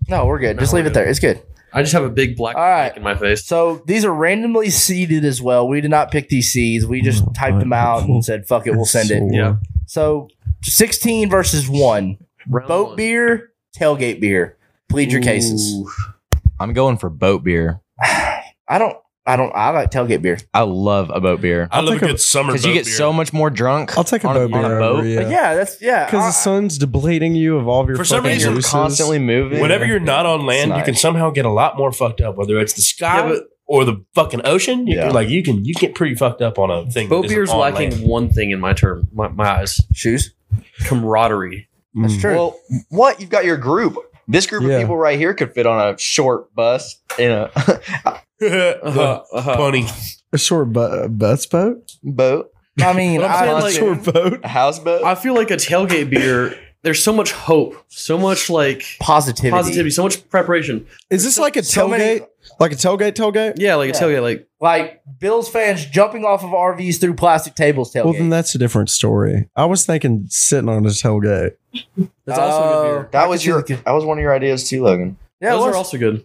S4: No, we're good. Just leave it there. It's good.
S3: Mm-hmm. I just have a big black
S4: All right.
S3: mark in my face.
S4: So these are randomly seeded as well. We did not pick these seeds. We just
S5: Oh,
S4: typed them out and said, "Fuck it, we'll send it."
S3: Yeah.
S4: So sixteen versus one.
S3: Round
S4: Boat
S3: one.
S4: beer, tailgate beer. Plead your cases.
S3: Ooh.
S7: I'm going for boat beer.
S4: I don't. I don't. I like tailgate beer.
S7: I love a boat beer.
S6: I love a
S5: take a-
S6: good summer.
S7: Because you
S6: boat
S7: get
S6: beer.
S7: so much more drunk.
S5: I'll take a
S7: on
S5: boat
S7: on
S5: beer.
S7: a boat.
S5: over,
S4: But
S5: yeah.
S4: yeah, Uh, that's yeah.
S5: Because
S4: I-
S5: the sun's depleting you of all of your
S6: For some
S5: fucking
S6: reason,
S7: You're
S5: juices.
S7: constantly moving.
S6: Whenever you're not on land, you
S7: nice.
S6: can somehow get a lot more fucked up. Whether it's the sky
S3: Yeah, but-
S6: or the fucking ocean, you
S7: Yeah.
S6: can, like you can you get pretty fucked up on a thing.
S3: Boat
S6: that isn't
S3: beer's
S6: on
S3: lacking
S6: land.
S3: one thing in my term, my, my eyes
S4: shoes.
S3: camaraderie.
S4: That's
S5: Mm.
S4: true.
S7: Well, what? You've got your group. This group
S5: Yeah.
S7: of people right here could fit on a short bus in a
S6: The
S4: Uh-huh.
S3: Uh-huh. Uh,
S6: Funny.
S5: A short bu- bus boat?
S7: boat,
S4: I mean,
S3: But I'm
S4: I,
S3: saying,
S5: A
S3: like-
S5: short boat?
S7: a houseboat.
S3: I feel like a tailgate beer, there's so much hope, so much like
S4: positivity.
S3: positivity, so much preparation.
S5: Is this like a tailgate?
S4: so many-
S5: like a tailgate tailgate?
S3: Yeah, like a
S4: Yeah.
S3: tailgate, like
S4: Like Bills fans jumping off of RVs through plastic tables tailgate.
S5: Well, then that's a different story. I was thinking sitting on a tailgate.
S3: that's also
S4: Oh,
S3: good beer.
S7: that
S4: I
S7: was
S4: could see
S7: your.
S4: the kid-
S7: That was one of your ideas too, Logan.
S4: Yeah, it
S3: Those
S4: was.
S3: are also good.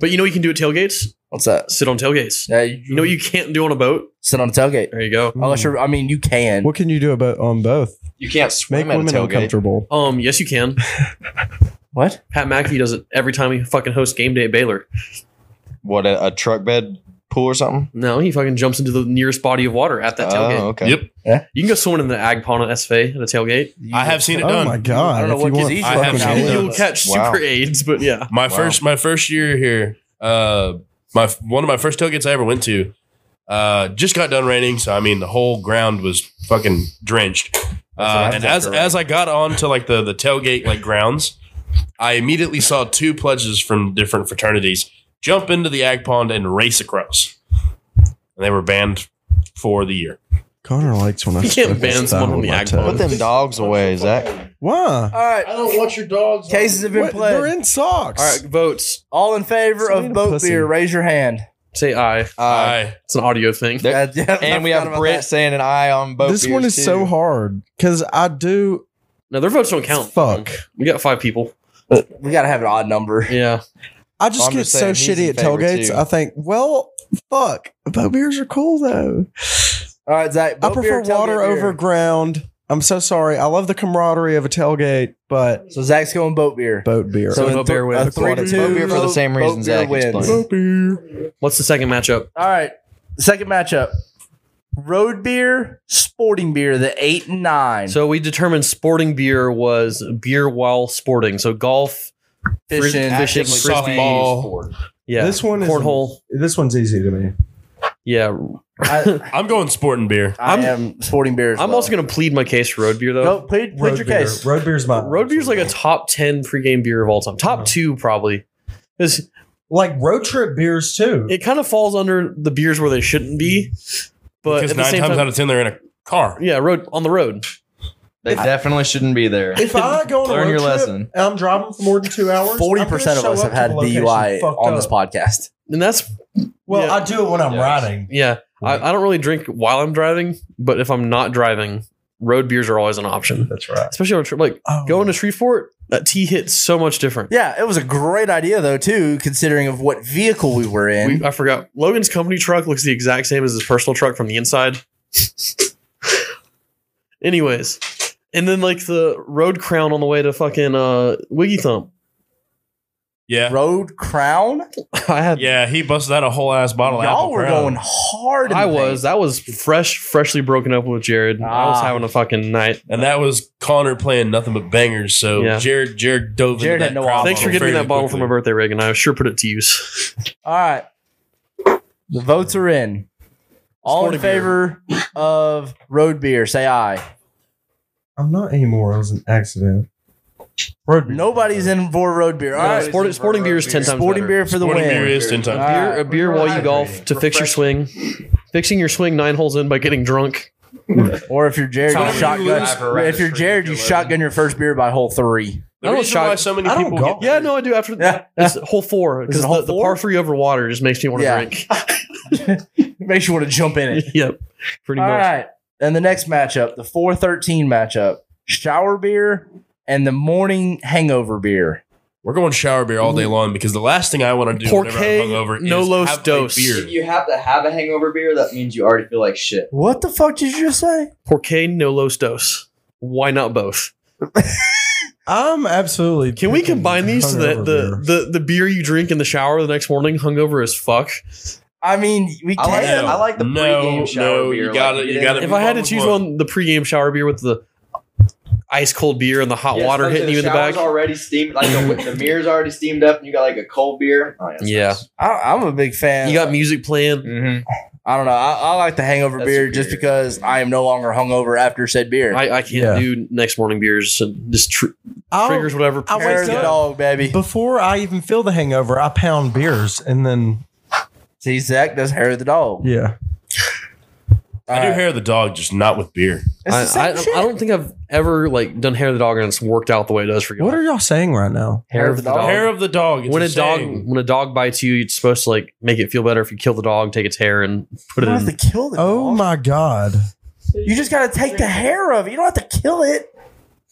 S3: But you know what you can do at tailgates?
S4: What's that?
S3: Sit on tailgates.
S4: Yeah,
S3: You know what you can't do on a boat?
S4: sit on a tailgate.
S3: There you go.
S4: Unless you're, I mean, you can.
S5: Mm. What can you do about on both?
S7: You can't
S5: Make
S7: swim at a
S5: women
S7: tailgate.
S5: uncomfortable.
S3: Um, yes you can.
S4: What?
S3: Pat Mackey does it every time he fucking hosts game day at Baylor.
S7: What a, a truck bed pool or something.
S3: No, he fucking jumps into the nearest body of water at that tailgate.
S7: Oh, okay.
S6: Yep.
S3: You can go swimming in the ag pond at SV at a tailgate.
S6: I have seen it
S5: Oh
S6: done.
S5: my
S6: My,
S5: god!
S4: I don't know
S5: if
S4: what
S5: you
S4: disease
S5: want
S6: you
S5: fucking
S6: have.
S5: to
S3: You'll
S5: live.
S3: catch
S7: Wow.
S3: super aids, but yeah.
S7: Wow.
S6: first my first year here, uh, my one of my first tailgates I ever went to, uh, just got done raining, so I mean the whole ground was fucking drenched. Uh, and as as I got on to like the the tailgate like grounds, I immediately saw two pledges from different fraternities jump into the ag pond and race across, and they were banned for the year.
S5: Connor likes when I
S3: You can't
S5: struggle
S3: ban
S5: style
S3: someone on
S5: with
S3: the
S5: my
S3: ag pond.
S7: Put
S5: toes.
S7: them dogs away, Zach.
S5: Why?
S4: All right. I don't want your dogs. Cases have been
S5: What? They're
S4: played.
S5: in socks.
S3: All right, votes.
S4: All in favor
S5: Selena
S4: of boat
S5: pussy.
S4: beer. Raise your hand.
S3: Say aye.
S7: Uh,
S6: I
S3: It's an audio thing.
S7: There-
S4: Yeah, yeah, I
S7: and we
S4: forgot
S7: have
S4: about
S7: Brett
S4: that.
S7: saying an eye on both.
S5: this one is
S7: beers, too.
S5: so hard because I do.
S3: No, their votes don't count.
S5: Fuck.
S3: We got five people.
S4: We gotta have an odd number.
S3: Yeah.
S5: I just
S7: I'm
S5: get
S7: just
S5: so
S7: saying, he's
S5: shitty at
S7: in favor,
S5: tailgates.
S7: too.
S5: I think, well, fuck. Boat beers are cool though.
S4: All right, Zach.
S5: I
S4: boat beer,
S5: prefer
S4: tailgate
S5: water
S4: beer.
S5: over ground. I'm so sorry. I love the camaraderie of a tailgate, but
S4: So Zach's going boat beer.
S5: boat beer.
S4: So
S3: Boat
S4: in
S3: beer
S4: th-
S3: wins.
S4: a three to
S7: Boat
S4: two.
S7: beer for the same
S4: vote,
S7: reason
S4: boat beer
S7: Zach explained.
S4: wins.
S3: What's the second matchup?
S4: All right. Second matchup. Road beer, sporting beer, the eight and nine.
S3: So we determined sporting beer was beer while sporting. So golf,
S4: fishing,
S3: fishing, frisbee,
S6: softball.
S3: yeah,
S5: This one is-
S3: cornhole.
S5: This one's easy to me.
S3: Yeah,
S4: I,
S6: I'm going sporting beer.
S4: I
S3: I'm-
S4: am sporting beer. As
S3: I'm
S4: well.
S3: also going to plead my case for road beer though.
S4: go plead, plead your case.
S5: Road beer's my
S3: Road beer's like a top ten pregame beer of all time. Top two probably. 'Cause
S5: like road trip beers too.
S3: It kind of falls under the beers where they shouldn't be, but
S6: Because
S3: at the
S6: nine
S3: same
S6: times
S3: time,
S6: out of ten, they're in a car.
S3: yeah, road on the road.
S7: They definitely shouldn't be there.
S5: If I'm not going to
S7: Learn
S5: road
S7: your
S5: trip
S7: lesson.
S5: and I'm driving for more than two hours,
S4: Forty percent of us have had DUI on this podcast.
S3: And that's
S5: Well,
S3: Yeah.
S5: I do it when I'm
S7: Yeah.
S5: riding.
S3: yeah. I, I don't really drink while I'm driving, but if I'm not driving, road beers are always an option.
S5: That's right.
S3: Especially on a trip like
S5: Oh.
S3: going to Shreveport, that tea hits so much different.
S4: Yeah, it was a great idea though, too, considering of what vehicle we were in.
S3: We, I forgot. Logan's company truck looks the exact same as his personal truck from the inside. Anyways, and then like the road crown on the way to fucking uh, Wiggy Thump.
S6: Yeah.
S4: Road Crown.
S3: I had.
S6: Yeah, he busted out a whole ass bottle of
S4: Y'all
S6: Apple
S4: were
S6: Crown.
S4: going hard. in
S3: I
S4: the
S3: was. That was fresh, freshly broken up with Jared. I was
S4: Ah.
S3: having a fucking night.
S6: And that was Connor playing nothing but bangers. So
S3: Yeah.
S6: Jared Jared dove
S4: Jared
S6: into
S4: had
S6: that
S4: no
S6: crowd
S4: option.
S3: Thanks for getting me
S6: fairly
S3: that bottle for my
S6: quickly.
S3: birthday, Reagan. I sure put it to use.
S4: pain. All right, the votes are in. All in
S3: Sporty beer.
S4: favor of road beer, say aye.
S5: I'm not anymore. It was an accident. Road beer.
S4: Nobody's in for road beer. All
S3: No,
S4: right,
S3: sporting, sporting beer is ten times
S4: sporting
S3: better.
S4: beer for the
S6: Sporting
S4: win.
S6: beer is 10 times.
S4: All
S3: Beer,
S4: right.
S3: a beer while you golf to fix your swing. Fixing your swing nine holes in by getting drunk.
S4: Or if you're Jared, you
S6: Sorry.
S4: shotgun.
S7: Hyperitis
S4: If you're
S7: for
S4: Jared, you
S7: Nicola.
S4: shotgun your first beer by hole three.
S6: The
S3: I don't
S6: reason
S3: shot-
S6: why so many
S5: I don't
S6: people
S5: golf.
S6: get
S3: Yeah, no, I do. After
S4: Yeah.
S3: it's hole four,
S4: Is
S3: because
S4: it hole
S3: the, the
S4: four?
S3: par three over water just makes me want to
S4: Yeah.
S3: drink.
S4: Makes you want to jump in it.
S3: yep, pretty
S4: All
S3: much.
S4: right. And the next matchup, the 413 matchup, shower beer and the morning hangover beer.
S6: We're going shower beer all day long because the last thing I want to do
S3: Porque
S6: whenever I'm hungover
S3: no
S6: is
S3: los
S6: have a
S3: dos.
S6: beer.
S7: If you have to have a hangover beer, that means you already feel like shit.
S4: What the fuck did you just say?
S3: Porque no los dos. Why not both?
S5: I'm absolutely.
S3: Can we
S5: picking
S3: combine these so that
S5: hungover
S3: the,
S5: beer.
S3: the, the beer you drink in the shower the next morning, hungover as fuck?
S4: I mean, we
S7: I
S4: can.
S7: like,
S6: No.
S7: I like the
S6: No,
S7: pregame shower
S6: no,
S7: beer.
S6: you gotta-
S7: like,
S6: you
S7: get
S6: gotta-
S7: in-
S3: If I had to
S6: Move on,
S3: choose
S6: move on.
S3: one, the pregame shower beer with the ice cold beer and the hot
S7: Yes,
S3: water
S7: like I said,
S3: hitting you in the
S7: shower's
S3: back.
S7: Already steamed, like the, the mirror's already steamed up, and you got like a cold beer. Oh, that's
S3: Yeah.
S7: nice.
S4: I, I'm a big fan.
S3: You got music playing.
S7: Mhm.
S4: I don't know. I, I like the hangover
S7: That's
S4: beer just
S7: weird.
S4: because I am no longer hungover after said beer.
S3: I, I can't
S5: Yeah.
S3: do next morning beers. So just tr-
S5: I'll-
S3: triggers whatever.
S5: Oh, I wake
S4: Hair
S3: triggers
S4: the
S5: up.
S3: it.
S4: dog, baby.
S5: before I even feel the hangover, I pound beers and then
S4: See, Zach does hair of the dog.
S5: yeah.
S6: I do hair of the dog, just not with beer.
S4: It's the same
S3: I, I,
S4: shit.
S3: I don't think I've ever like done hair of the dog and it's worked out the way it does for you.
S5: What are y'all saying right now?
S3: hair of the dog?
S6: Hair of the dog. It's
S3: when a dog
S6: saying.
S3: when a dog bites you, it's supposed to like make it feel better. If you kill the dog, take its hair and put
S4: You
S3: it
S4: don't have
S3: in.
S4: to kill the
S5: Oh
S4: dog.
S5: my god!
S4: You just got to take the hair of it. You don't have to kill it.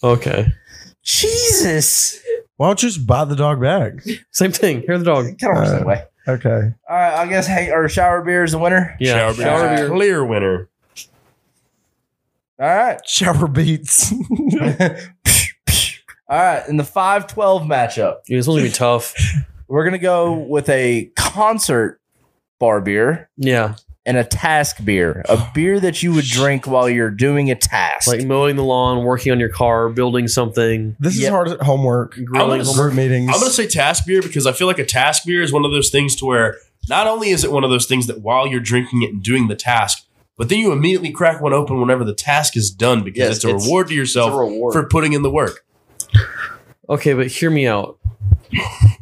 S3: Okay,
S4: Jesus.
S5: Why don't you just buy the dog back?
S3: same thing. Hair of the dog.
S4: Kind of works that way.
S5: Okay.
S4: All right, I guess hang or shower beer is the winner.
S3: Yeah,
S6: shower beer. Shower
S4: Shower beer.
S6: Clear winner.
S4: All right.
S5: Shower beats.
S4: All right, in the 512 matchup,
S3: Yeah, this one's gonna be tough.
S4: we're going to go with a concert bar beer
S3: Yeah,
S4: and a task beer, a beer that you would drink while you're doing a task.
S3: like mowing the lawn, working on your car, building something.
S5: this is
S4: Yep.
S5: hard at homework.
S3: Grilling
S6: gonna-
S5: Group meetings.
S6: I'm gonna say task beer because I feel like a task beer is one of those things to where not only is it one of those things that while you're drinking it and doing the task, but then you immediately crack one open whenever the task is done because
S7: Yes,
S6: it's a
S7: it's-
S6: reward to
S7: It's a
S6: yourself
S7: reward.
S6: for putting in the work.
S3: Okay, but hear me out.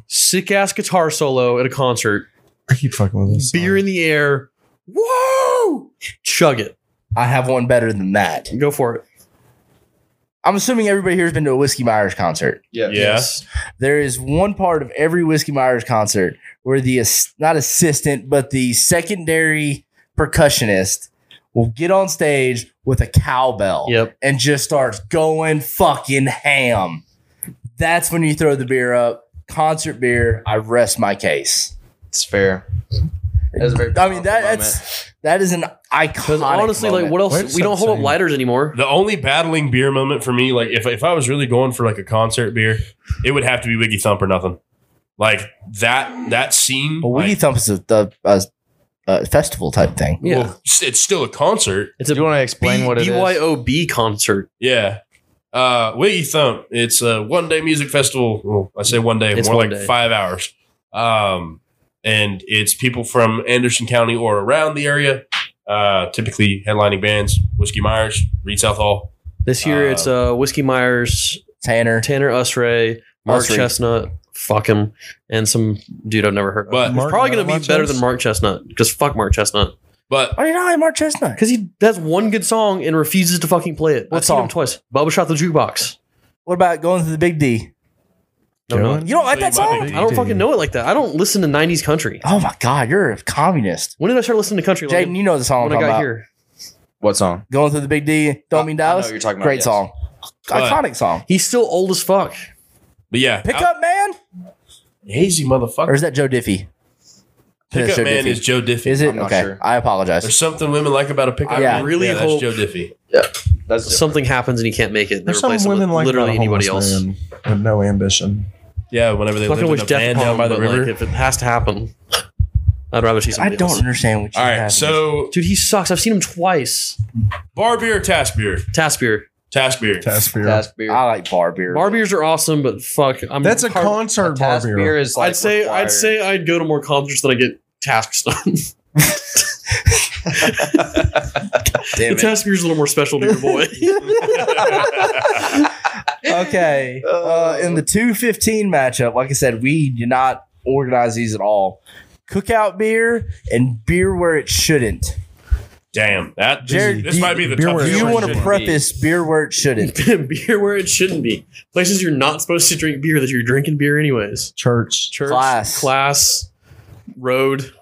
S3: Sick ass guitar solo at a concert.
S5: I keep fucking with this.
S3: Beer in the air. Whoa! Chug it.
S4: I have one better than that.
S3: Go for it.
S4: I'm assuming everybody here has been to a Whiskey Myers concert.
S7: yeah.
S6: Yes.
S4: There is one part of every Whiskey Myers concert where the ass- not assistant but the secondary percussionist will get on stage with a cowbell.
S3: Yep.
S4: and just starts going fucking ham. That's when you throw the beer up. Concert beer, I rest my case.
S7: It's fair. That's a very
S4: I mean that,
S7: powerful moment.
S4: that's that is an iconic.
S3: Because honestly, like, what else?
S5: Where's
S3: we don't hold up
S5: something?
S3: lighters anymore.
S6: The only battling beer moment for me, like if, if I was really going for like a concert beer, it would have to be Wiggy Thump or nothing. Like that that scene.
S4: But Wiggy
S6: like,
S4: Thump is a, a, a, a festival type thing.
S3: Yeah.
S6: well, it's- it's still a concert.
S3: it's a
S7: Do you want to explain what it is?
S3: BYOB concert.
S6: Yeah. Uh, Wiggy Thump. It's a one day music festival. Well, I say one day,
S3: It's
S6: more
S3: one
S6: like
S3: day.
S6: five hours. Um, and it's people from Anderson County or around the area, uh, typically headlining bands, Whiskey Myers, Reed South Hall.
S3: This year
S6: Uh,
S3: it's uh Whiskey Myers,
S4: Tanner,
S3: Tanner Usray, Mark
S4: Usry.
S3: Chestnut, fuck him, and some dude I've never heard of.
S6: But
S3: It's probably gonna be
S5: Martin
S3: better than
S5: Martin
S3: Mark Chestnut because fuck Mark Chestnut.
S6: But
S4: Why do you not like Mark Chestnut?
S3: Because he does one good song and refuses to fucking play it.
S4: What
S3: I've seen him
S4: song?
S3: twice. Bubba Shot the Jukebox.
S4: What about going to the Big D?
S3: No, no.
S5: Dylan?
S4: You don't like
S6: So
S4: that
S6: you might
S4: song?
S6: be-
S3: I don't fucking know it like that. I don't listen to 90s country.
S4: Oh my god, you're a communist.
S3: When did I start listening to country? Like,
S4: Jaden, you know the song
S3: when
S4: I'm
S3: I
S4: talking
S3: got
S4: about.
S3: here.
S7: What song?
S4: Going to the Big D,
S7: I-
S4: Don't Mean
S7: I know
S4: Dallas.
S7: what you're talking about,
S4: Great
S7: yes.
S4: song.
S6: But-
S4: Iconic song.
S3: He's still old as fuck.
S6: but yeah,
S4: Pick up man?
S6: hazy
S4: Or
S6: motherfucker.
S4: is that Joe Diffie?
S6: Pick
S4: That's
S6: up
S4: Joe
S6: man
S4: Diffie.
S6: is Joe Diffie.
S4: Is it?
S7: I'm not
S4: okay.
S7: sure.
S4: I apologize.
S6: There's something women like about a pickup.
S4: I
S6: man.
S3: really
S6: yeah,
S3: hope-
S6: that's Joe Diffie.
S7: That's different.
S3: Something happens and he can't make it. They
S5: There's some
S3: replace him
S5: women
S3: with
S5: like
S3: literally
S5: that
S3: anybody
S5: homeless
S3: else.
S5: man with no ambition.
S6: Yeah, whenever they
S3: I'm not
S6: lived
S3: gonna
S6: in
S3: wish
S6: a van
S3: death
S6: down
S3: upon
S6: by
S3: him,
S6: the
S3: but, like,
S6: river.
S3: if it has to happen, I'd rather see
S4: I
S3: somebody
S4: don't
S3: else.
S4: understand what you
S6: All right,
S4: have.
S6: so
S3: Dude, he sucks. I've seen him twice.
S6: bar beer, or task beer,
S3: Task beer.
S6: task beer.
S5: Task beer.
S7: Task beer.
S4: I like bar beer.
S3: Bar beers are awesome, but fuck. I'm
S5: That's a
S3: hard-
S5: concert bar
S7: Task
S5: beer.
S7: beer is like
S3: I'd say
S7: required.
S3: I'd say I'd go to more concerts than I get tasks done.
S4: Damn
S3: the
S4: it.
S3: task beer's a little more special to your boy.
S4: Okay. Uh, in the 215 matchup, like I said, we did not organize these at all. Cookout beer and beer where it shouldn't.
S6: Damn, that this,
S4: Jared,
S6: this
S4: do-
S6: might be the
S5: beer
S6: toughest.
S5: where
S4: Do you
S6: one.
S4: want to
S7: shouldn't
S4: preface beer where it shouldn't?
S3: beer where it shouldn't be. Places you're not supposed to drink beer that you're drinking beer anyways.
S5: Church.
S3: Church,
S4: Class.
S3: class, road.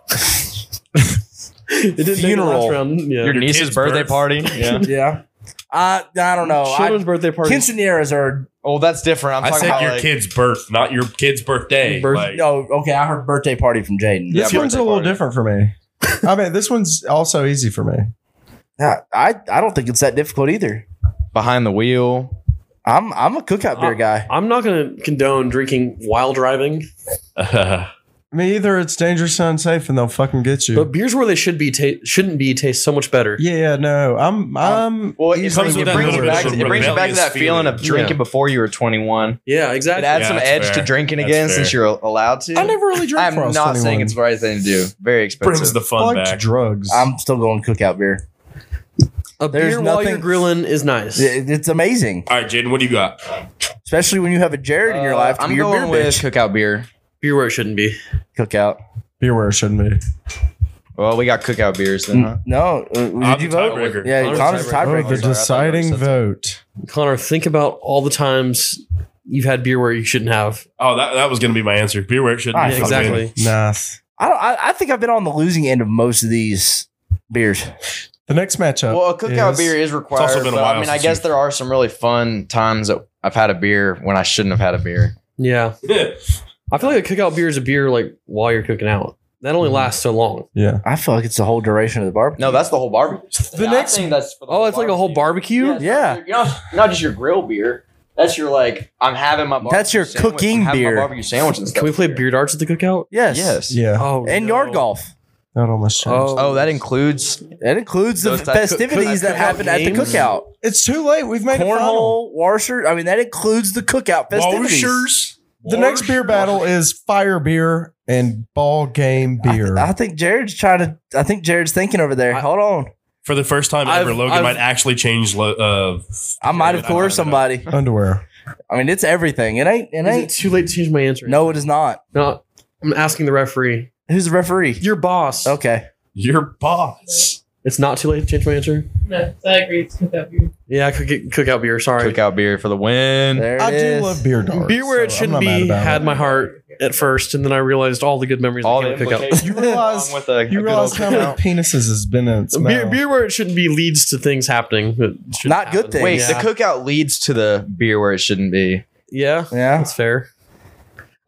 S3: it didn't make the last
S4: Funeral.
S3: round. Yeah.
S7: your niece's
S6: kid's
S7: birthday
S6: birth.
S7: party. Yeah.
S4: yeah. I I don't know.
S3: Children's
S4: I,
S3: birthday party.
S4: quinceaneras are
S7: oh, that's different. I'm
S6: I
S7: talking
S6: said
S7: about
S6: your
S7: like,
S6: kid's birth, not your kid's birthday.
S3: Birth-
S6: like,
S4: no oh, okay. I heard birthday party from Jaden.
S7: Yeah,
S5: This one's
S7: birthday
S5: a little
S7: party.
S5: different for me. I mean, this one's also easy for me.
S4: Yeah, I I don't think it's that difficult either.
S7: behind the wheel.
S4: I'm I'm a cookout beer guy.
S3: I'm not going to condone drinking while driving,
S5: I mean, either it's dangerous and unsafe, and they'll fucking get you.
S3: but beers where they should be ta- shouldn't be taste so much better.
S5: yeah, no, I'm, I'm.
S7: Well, it,
S5: easily
S7: brings you
S6: with that
S7: back,
S6: little bit
S7: to-
S6: of
S7: it brings you back to that
S6: rebellious
S7: feeling of
S6: feeling.
S7: drinking before you were 21.
S3: Yeah,
S7: It
S3: exactly.
S7: adds
S6: Yeah,
S7: some
S6: that's
S7: edge
S6: fair.
S7: to drinking
S6: That's
S7: again
S6: fair.
S7: since you're allowed to.
S5: I never really drank.
S7: I'm
S5: before I
S7: not
S5: was
S7: saying
S5: 21.
S7: it's the right thing to do. Very expensive.
S6: brings the
S5: I
S6: fun
S5: liked
S6: back.
S5: drugs.
S4: I'm still going cookout beer.
S3: a
S4: there's
S3: beer while you're
S4: nothing-
S3: grilling is nice.
S4: It- it's amazing,
S6: All right, Jaden, what do you got?
S4: especially when you have a Jared in your
S7: Uh,
S4: life. To
S7: I'm
S4: be your
S7: going
S4: beer
S7: with
S4: bitch.
S7: cookout beer.
S3: Beer where it shouldn't be.
S4: cookout.
S5: beer where it shouldn't be.
S7: Well, we got cookout beers then. Huh?
S4: No, uh, did
S6: I'm
S4: you
S6: the
S4: vote?
S6: tiebreaker.
S4: Yeah,
S3: I'm the
S4: Connor's a
S3: tiebreaker.
S5: Oh,
S4: tiebreaker.
S5: the
S7: sorry, I thought you were
S5: deciding
S7: upset.
S5: vote.
S3: Connor, think about all the times you've had beer where you shouldn't have.
S6: Oh, that, that was going to be my answer. Beer where it should be.
S4: Yeah,
S6: Fuck
S3: exactly.
S6: it.
S5: Nice.
S4: I don't. I, I think I've been on the losing end of most of these beers.
S5: The next matchup.
S7: Well, a cookout
S5: is-
S7: beer is required.
S6: It's also been a
S7: but,
S6: while
S7: I mean, I
S6: since
S7: guess
S6: you-
S7: there are some really fun times that I've had a beer when I shouldn't have had a beer.
S3: Yeah. I feel like a cookout beer is a beer like while you're cooking out. That only lasts so long.
S5: Yeah.
S4: I feel like it's the whole duration of the barbecue.
S7: No, that's the whole barbecue.
S5: The
S7: I
S5: next.
S7: think that's for the
S3: Oh, it's like a whole barbecue?
S7: Yeah, it's
S4: Yeah.
S7: Not, your- you're not, not just your grill beer. That's your like. I'm having my. Barbecue
S4: That's your
S7: sandwich- I'm
S4: cooking
S7: having my
S4: beer.
S7: barbecue sandwich and stuff.
S3: Can we play beer darts at the cookout?
S4: Yes.
S7: Yes.
S5: Yeah.
S3: Oh,
S4: And
S3: no.
S4: yard golf.
S5: That almost changed.
S7: Oh, that includes
S4: That includes the
S7: Those type-
S4: festivities
S7: cook- cook-
S4: that happen at the
S3: games?
S4: cookout.
S5: It's too late. We've made a final.
S4: Cornhole, washer. I mean, that includes the cookout festivities.
S6: Washers.
S5: The next beer battle is fire beer and ball game
S4: I, th-
S5: beer.
S4: I think Jared's trying to. I think Jared's thinking over there. Hold on.
S6: For the first time ever,
S3: I've-
S6: Logan
S3: I've-
S6: might actually change. Lo- uh,
S4: I might have
S6: I
S4: coerced
S6: don't know.
S4: somebody.
S5: Underwear.
S4: I mean, it's everything. It ain't.
S3: Is
S4: It
S3: it
S4: ain't.
S3: too late to change my answer?
S4: No, it is not.
S3: No, I'm asking the referee.
S4: Who's the referee?
S3: Your boss.
S4: Okay.
S6: your boss.
S3: It's not too late to change my answer?
S9: No, so I agree. It's cookout beer.
S3: Yeah, cook- cookout beer. Sorry.
S7: cookout beer for the win.
S4: There it
S5: I do
S4: is.
S5: love beer darts.
S3: Beer where it
S5: so I'm
S3: shouldn't
S5: not mad
S3: be
S5: about
S3: had
S5: it.
S3: my heart at first, and then I realized all the good memories
S7: All
S3: all
S7: the
S3: that came with cookout.
S7: implications.
S5: You realize-
S7: Along with a- a
S5: You
S7: good
S5: realize
S7: old
S5: how many
S7: cookout.
S5: penises has been in its mouth.
S3: Beer, beer where it shouldn't be leads to things happening. that shouldn't
S4: Not good
S3: happen.
S4: things.
S7: Wait,
S3: yeah.
S7: the cookout leads to the beer where it shouldn't be.
S3: yeah,
S4: Yeah.
S3: that's fair.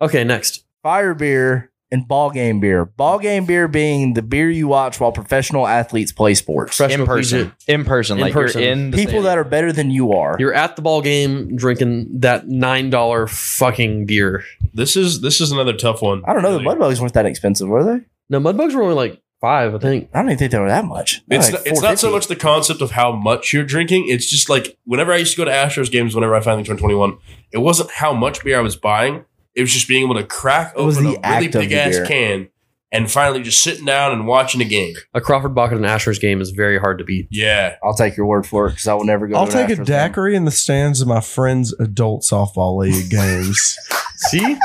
S3: Okay, next.
S4: fire beer and ball game beer. Ball game beer being the beer you watch while professional athletes play sports.
S7: in
S3: Professional
S7: person.
S3: collegiate.
S7: In person.
S3: In
S7: like
S3: person.
S7: you're in the
S4: People that are better than you are.
S3: You're at the ball game drinking that nine dollar fucking beer.
S6: This is this is another tough one.
S4: I don't know. The
S6: Really.
S4: Mud Bugs weren't that expensive, were they?
S3: No, mudbugs were only like five, I think.
S4: I don't even think they were that much. They were
S6: It's
S4: like
S6: not, it's not so
S4: $4.50.
S6: much the concept of how much you're drinking. It's just like whenever I used to go to Astros games, whenever I finally turned 21, it wasn't how much beer I was buying. It was just being able to crack
S4: It was
S6: open a
S4: the act
S6: really
S4: of the
S6: big ass
S4: beer.
S6: can and finally just sitting down and watching a game.
S3: A Crawford Bucket and Asher's game is very hard to beat.
S6: Yeah.
S4: I'll take your word for it because I will never go.
S5: I'll
S4: to an
S5: take a
S4: Astros game.
S5: daiquiri in the stands of my friend's adult softball league games.
S3: See?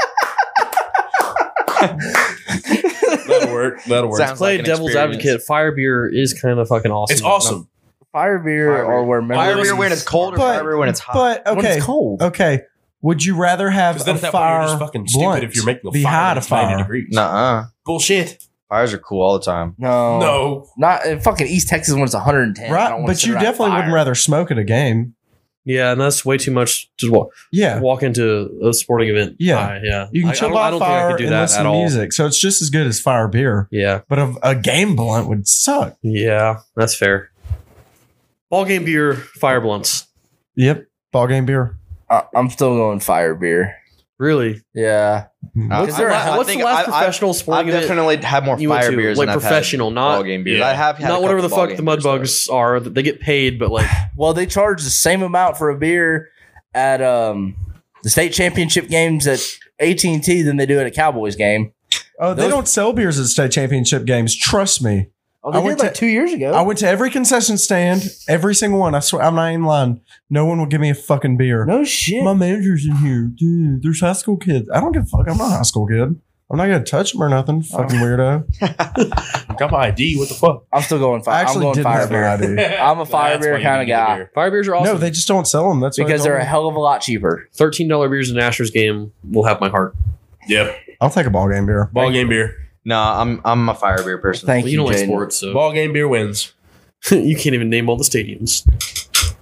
S6: That'll work. That'll work.
S7: Sounds
S3: Play
S7: like an
S3: devil's
S7: experience.
S3: advocate. Fire beer is kind of fucking awesome.
S6: It's awesome.
S4: Fire beer
S7: Fire
S4: or
S7: beer.
S4: where
S7: Fire
S4: memories-
S7: beer when it's cold or
S5: But-
S7: fire beer when it's hot.
S5: But okay,
S4: when it's cold.
S5: okay. Would you rather have
S6: Because then
S5: a
S6: at that point
S5: fire
S6: you're just fucking stupid
S5: blunt
S6: if you're making a
S5: be
S6: fire.
S5: high to
S6: that's 90
S5: fire?
S6: degrees.
S7: Nuh-uh.
S6: Bullshit.
S7: Fires are cool all the time.
S4: No,
S6: No.
S4: not in fucking East Texas when it's 110. I don't
S5: Right,
S4: wanna
S5: but
S4: sit
S5: you
S4: around
S5: definitely
S4: fire.
S5: wouldn't rather smoke at a game.
S3: Yeah, and that's way too much. Just walk
S5: Yeah,
S3: walk into a sporting event.
S5: Yeah.
S3: high, yeah. I-
S5: you can
S3: I
S5: chill
S3: don't- I
S5: by
S3: don't think I
S5: fire
S3: could do
S5: and
S3: that
S5: listen
S3: at
S5: to
S3: all.
S5: music, so it's just as good as fire beer.
S3: Yeah,
S5: But a, a game blunt would suck.
S3: yeah, that's fair. Ball game beer, fire blunts.
S5: Yep, ball game beer.
S4: I, I'm still going fire beer.
S3: Really?
S4: Yeah,
S7: Uh,
S3: What's, the
S7: I-
S3: la-
S7: I
S3: what's the
S7: think
S3: last
S7: I- I-
S3: professional
S7: I've
S3: sporting event?
S7: definitely had more
S3: you went
S7: fire
S3: to,
S7: beers
S3: like,
S7: than I've had
S3: professional, not-
S7: ball game beers.
S6: yeah.
S7: I have had a
S3: Not whatever the
S7: couple
S3: fuck
S7: ballgame
S3: the mud
S7: beers, though.
S3: bugs are that they get paid, but like
S4: well, they charge the same amount for a beer at um the state championship games at AT&T than they do at a Cowboys game.
S5: Oh, they
S4: Those-
S5: don't sell beers at state championship games. Trust me.
S4: Oh,
S5: they I did went like to-
S4: two years ago.
S5: I went to every concession stand, every single one. I swear, I'm not even lying. No one will give me a fucking beer.
S4: no shit.
S5: My manager's in here, dude. There's high school kids. I don't give a fuck. I'm not a high school kid. I'm not gonna touch them or nothing.
S4: Oh.
S5: Fucking weirdo.
S6: Got my ID. What the fuck?
S4: I'm still going
S5: I
S4: fire. I'm
S5: actually
S4: going
S5: did
S4: fire
S5: have
S4: beer.
S5: my idea.
S4: I'm a fire beer kind of guy
S3: fire beers are awesome.
S5: No, they just don't sell them. That's why
S4: because
S5: I don't-
S4: they're a hell of a lot cheaper.
S3: Thirteen dollar beers in an Astros game will have my heart.
S6: Yep.
S5: I'll take a ball game beer.
S6: Ball game beer.
S7: No, I'm I'm a fire beer person.
S4: Thank
S3: Well, you
S4: you.
S3: don't like
S4: Jaden.
S3: sports, so
S6: Ball game beer wins.
S3: you can't even name all the stadiums.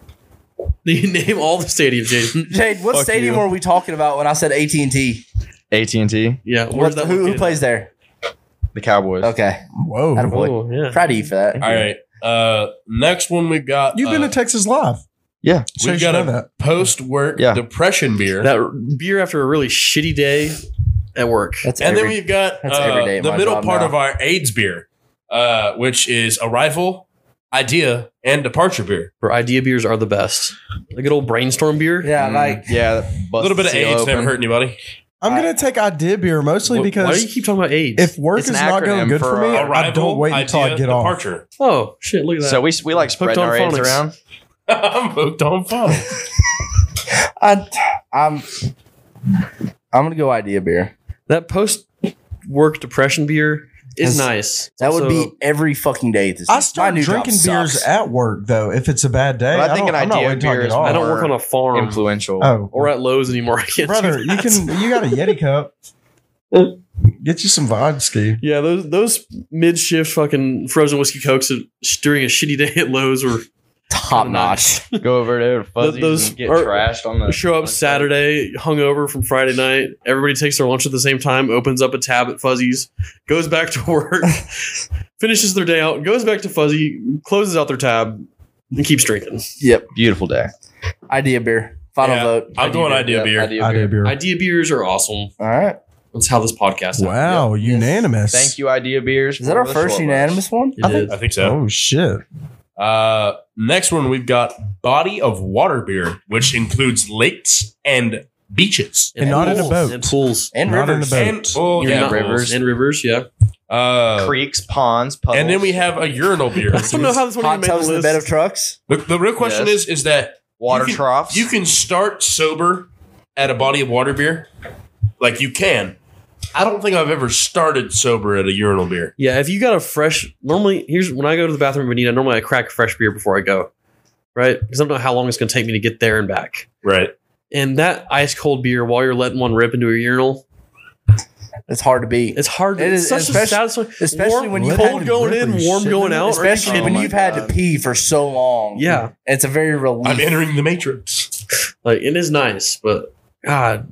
S3: You name all the stadiums, Jason.
S4: Jade, what
S6: Fuck
S4: stadium
S6: you.
S4: were we talking about when I said AT&T?
S7: AT and T,
S3: Yeah, where's
S4: What,
S3: that
S4: who, who
S3: located?
S4: plays there?
S7: the Cowboys.
S4: Okay,
S5: Whoa.
S4: Attaboy.
S3: Oh yeah,
S4: proud of you for that.
S6: All right. Uh, next one we got.
S5: You've been
S6: uh,
S5: to Texas Live.
S7: Yeah.
S5: So
S6: We've
S5: you should
S6: got
S5: know
S6: a-
S5: that.
S6: post work
S7: Yeah.
S6: depression beer.
S3: that beer after a really shitty day at work.
S4: That's
S6: and
S4: every,
S6: then we've got
S4: that's
S6: uh,
S4: every day at
S6: the
S4: my
S6: middle
S4: job
S6: part
S4: now.
S6: of our AIDS beer, uh, which is arrival, idea, and departure beer.
S3: Where idea beers are the best. A good old brainstorm beer.
S4: yeah,
S7: Mm,
S4: like
S7: yeah,
S6: A little bit of AIDS
S7: open.
S6: never hurt anybody.
S5: I'm gonna take idea beer mostly
S3: Why do you
S5: because
S3: keep talking about AIDS?
S5: if work
S7: It's
S5: is
S7: an
S5: not going
S7: acronym
S5: good
S7: for
S5: for me,
S6: Arrival,
S5: I don't wait until
S6: idea,
S5: I get off.
S6: departure.
S3: oh shit, look at that.
S7: So we we like spreading
S3: on
S7: our AIDS
S3: phonics.
S7: around.
S6: I'm hooked on fun.
S4: I, I'm. I'm gonna go idea beer.
S3: that post work depression beer is
S4: That's-
S3: nice.
S4: That would
S3: Also,
S4: be every fucking day. This
S5: I
S4: week.
S5: start
S4: My new job
S5: drinking beers
S4: sucks.
S5: at work though. If it's a bad day,
S7: But I
S5: I,
S7: think
S5: think
S7: an
S5: I'm not
S7: idea
S5: waiting till I
S7: beer
S5: get
S7: is
S5: off.
S3: I don't work on a farm
S7: Influential.
S5: Oh,
S3: or at Lowe's anymore. I can't
S5: brother,
S3: do
S5: you
S3: that.
S5: can you got a Yeti cup. Get you some vodka.
S3: Yeah, those those mid shift fucking frozen whiskey cokes at- during a shitty day at Lowe's were
S4: Top notch.
S7: Go over there, fuzzies,
S3: those
S7: and get
S3: are-
S7: trashed on the
S3: show up Saturday hungover from Friday night. Everybody takes their lunch at the same time, opens up a tab at Fuzzy's, goes back to work, finishes their day out, goes back to Fuzzy, closes out their tab, and keeps drinking.
S7: Beautiful day.
S4: idea beer. Final
S6: Yeah,
S4: vote.
S6: I'm going idea
S7: Yep,
S6: beer.
S5: Idea beer.
S3: Idea beers are awesome.
S4: All right.
S3: That's how this podcast. happened.
S5: Wow, unanimous.
S7: Thank you, idea beers.
S4: Is that
S7: for
S4: our
S7: the
S4: first
S7: short
S4: unanimous one?
S3: It is.
S6: I think so.
S5: Oh shit.
S6: Uh, next one we've got body of water beer, which includes lakes and beaches.
S5: And not in a
S3: pools.
S5: boat.
S3: And pools.
S4: And
S5: Not in
S4: rivers.
S5: the boat.
S6: And oh,
S3: You're
S6: yeah,
S3: not-
S7: rivers.
S3: And rivers, yeah.
S6: Uh,
S7: lunch. Creeks, ponds, puddles.
S6: and then we have a urinal beer.
S3: I don't know how this one even
S4: Hot
S3: made the
S4: tubs in the bed of
S3: list.
S4: trucks.
S6: the, the real question
S7: Yes.
S6: is, is that
S7: water
S6: you can-
S7: troughs.
S6: you can start sober at a body of water beer, like you can. I don't think I've ever started sober at a urinal beer.
S3: Yeah, if you got a fresh, normally here's when I go to the bathroom in Bonita. Normally I crack a fresh beer before I go, right? Because I don't know how long it's going to take me to get there and back.
S6: Right.
S3: And that ice cold beer while you're letting one rip into a urinal,
S4: It's hard to beat.
S3: it's hard.
S4: It
S3: it's
S4: is,
S3: such a
S4: especially-
S3: satisfying,
S4: especially
S3: warm-
S4: when you
S3: cold
S5: had-
S3: going in,
S5: Really
S3: warm
S5: shit.
S3: going out. Are you
S4: Especially
S3: kidding
S4: when
S7: Oh
S3: me?
S7: my
S4: you've had to
S7: God.
S4: pee for so long.
S3: yeah,
S4: It's a very relief.
S6: I'm entering the matrix.
S3: like it is nice, but God,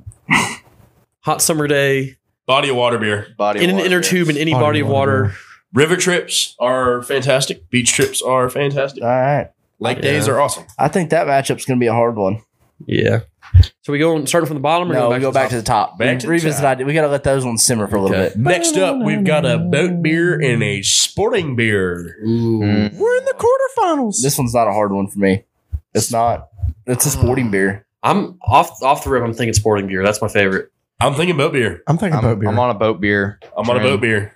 S3: hot summer day
S6: Body of water beer.
S7: body
S3: in an
S7: water
S3: inner
S7: beer.
S3: tube in any body,
S5: Body
S3: of
S5: water
S3: water.
S6: River trips are fantastic. Beach trips are fantastic.
S4: All right.
S6: Lake
S3: Yeah.
S6: days are awesome.
S4: I think that matchup's going to be a hard one.
S3: Yeah. So we go and starting from the bottom, or
S4: No,
S3: going
S4: we go back to the top.
S6: Back
S4: We
S6: to the
S4: revisit
S6: top.
S4: idea. We got to let those ones simmer for a little
S3: Okay.
S4: bit.
S6: Next up, we've got a boat beer and a sporting beer.
S7: Mm.
S5: We're in the quarterfinals.
S4: This one's not a hard one for me. It's not. It's a sporting beer.
S3: I'm off off the rip. I'm thinking sporting beer. That's my favorite.
S6: I'm thinking boat beer.
S5: I'm thinking
S7: I'm,
S5: boat beer.
S7: I'm on a boat beer.
S6: I'm on a boat beer.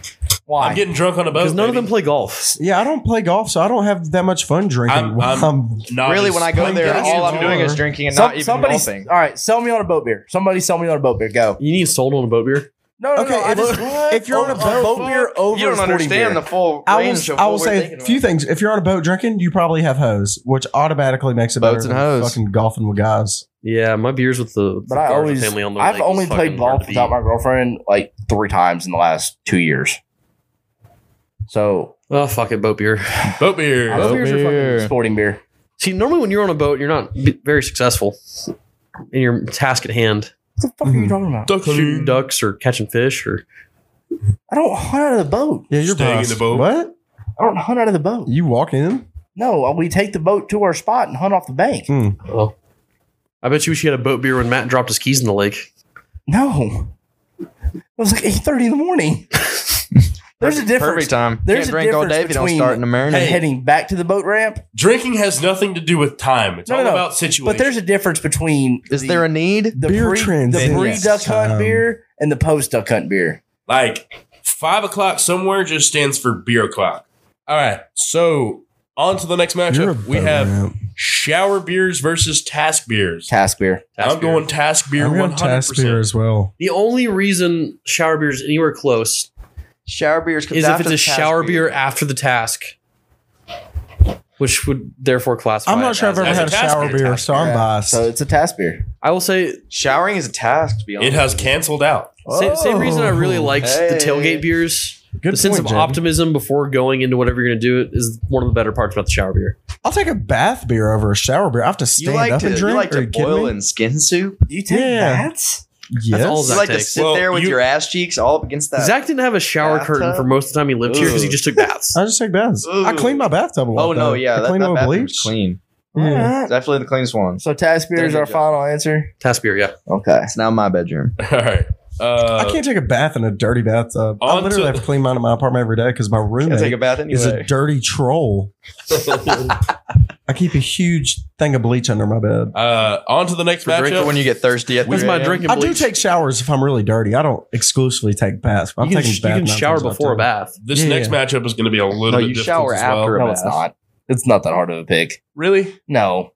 S6: I'm
S4: Why?
S6: getting drunk on a boat.
S3: Because none of them
S6: baby.
S3: play golf.
S5: yeah, I don't play golf, so I don't have that much fun drinking.
S6: I'm-
S5: Um,
S6: I'm-
S5: I'm
S6: Nah,
S7: really,
S6: just
S7: when I go
S6: plain
S7: there,
S6: gas
S7: all I'm
S6: and
S7: doing
S6: water.
S7: is drinking and
S4: Some-
S7: not even
S4: somebody,
S7: golfing.
S4: all right, sell me on a boat beer. Somebody sell me on a boat beer. Go.
S3: You need sold on a boat beer.
S10: No, no,
S5: Okay,
S10: no. I
S5: if-
S10: just,
S5: if you're on a boat-
S10: boat beer over
S7: you don't
S10: 40 beer.
S7: understand the full
S5: I will,
S7: range of
S5: I
S7: what
S5: will
S7: we're
S5: say
S7: thinking
S5: a
S7: about.
S5: few things. If you're on a boat drinking, you probably have hose, which automatically makes it
S7: Boats
S5: better
S7: and
S5: than
S7: hose.
S5: Fucking golfing with guys.
S3: Yeah, my beers with the, the
S4: But I
S3: Garza
S4: always,
S3: family on the
S4: I've
S3: lake
S4: only
S3: is fucking
S4: played golf
S3: hard to
S4: without my
S3: beat.
S4: girlfriend like three times in the last two years. So
S3: Oh fuck it, boat beer.
S6: Boat beer.
S4: boat beers are
S7: beer.
S4: fucking sporting beer.
S3: See, normally when you're on a boat, you're not b- very successful in your task at hand,
S4: What the fuck are you talking about?
S6: Duck
S3: shooting
S6: hunting.
S3: ducks or catching fish or
S4: I don't hunt out of the boat.
S5: Yeah, you're
S6: Staying in
S5: bust.
S6: the boat.
S5: What?
S4: I don't hunt out of the boat.
S5: You walk in?
S4: No, we take the boat to our spot and hunt off the bank.
S3: oh. I bet you wish you had a boat beer when Matt dropped his keys in the lake.
S4: No. It was like eight thirty in the morning. There's a difference.
S7: Perfect time. There's
S4: There's a
S7: Can't drink all
S4: difference
S7: day if you don't
S4: between-
S7: start in the
S4: And
S7: marinade.
S6: Hey.
S4: heading back to the boat ramp.
S6: Drinking has nothing to do with time. It's
S4: No,
S6: all
S4: no, no.
S6: about situation.
S4: But there's a difference between
S7: Is
S4: the,
S7: there a need?
S4: the
S5: beer
S4: pre,
S5: transition
S4: the pre duck hunt
S5: time?
S4: beer and the post duck hunt beer.
S6: like five o'clock somewhere just stands for beer o'clock. All right. So on to the next
S5: You're a
S6: matchup. We
S5: boat
S6: have
S5: ramp.
S6: shower beers versus task beers.
S4: Task beer.
S6: I'm going task beer
S5: I'm
S6: one
S5: going
S6: hundred
S5: task beer
S6: percent.
S5: as well.
S3: The only reason shower beer is anywhere close
S7: Shower beers. comes
S3: is if
S7: after
S3: it's
S7: the
S3: a
S7: task
S3: shower beer after the task, which would therefore classify.
S5: I'm
S3: it
S5: not sure
S3: as
S5: I've ever
S6: as
S5: had a
S6: a task
S5: shower
S6: beer,
S5: beer,
S6: task
S5: so I'm
S4: Yeah.
S5: biased.
S4: So it's a task beer.
S3: I will say
S7: Showering is a task. To be honest,
S6: It has canceled out.
S3: Same, same reason I really liked the
S7: Hey.
S3: tailgate beers.
S5: Oh, Good
S3: the sense
S5: point,
S3: of
S5: Jaden.
S3: optimism before going into whatever you're going to do it is one of the better parts about the shower beer.
S5: I'll take a bath beer over a shower beer. I have to
S7: You
S5: stand
S7: like
S5: up
S7: to
S5: and drink.
S7: you like
S5: Are
S7: to
S5: you kidding
S7: boil
S5: me?
S7: in skin soup.
S4: You take
S5: Yeah.
S4: that?
S5: Yes.
S3: That's all
S7: You
S3: Zach
S7: like to
S3: takes.
S7: sit
S6: Well,
S7: there with
S6: you-
S7: your ass cheeks all up against that.
S3: Zach didn't have a shower
S7: bathtub?
S3: curtain for most of the time he lived here because he
S7: Ugh.
S3: just took baths.
S5: I just take baths. I
S7: Ooh.
S5: clean my bathtub a lot.
S7: oh no,
S5: though.
S7: yeah,
S5: I
S7: that,
S5: clean
S7: that
S5: my
S7: bathroom's
S5: bleach.
S7: clean.
S5: Yeah.
S7: It's definitely the cleanest one.
S4: So task beer is
S7: Done
S4: our
S7: your job.
S4: final answer.
S3: Task beer, yeah.
S4: Okay.
S7: It's now my bedroom.
S6: All right. Uh,
S5: I can't take a bath in a dirty bathtub. I
S6: On
S5: literally
S6: to-
S5: have to clean mine in my apartment every day because my
S7: I take a
S5: roommate
S7: bath
S5: is a
S7: anyway.
S5: dirty troll. I keep a huge thing of bleach under my bed.
S6: Uh, on to the next
S7: For drinking
S6: matchup.
S7: when you get thirsty at
S3: Where's
S7: 3
S3: my
S7: a.m.
S3: drinking
S5: I do
S3: bleach?
S5: take showers if I'm really dirty. I don't exclusively take baths. I'm
S3: you can,
S5: taking
S3: sh- you
S5: baths.
S3: can shower before a bath.
S6: this
S5: Yeah,
S6: next
S5: yeah.
S6: matchup is going to be a little
S7: No,
S6: bit
S7: you
S6: difficult
S7: shower
S6: as well.
S7: after.
S4: No, it's not. It's not that hard of a pick.
S6: Really?
S4: No.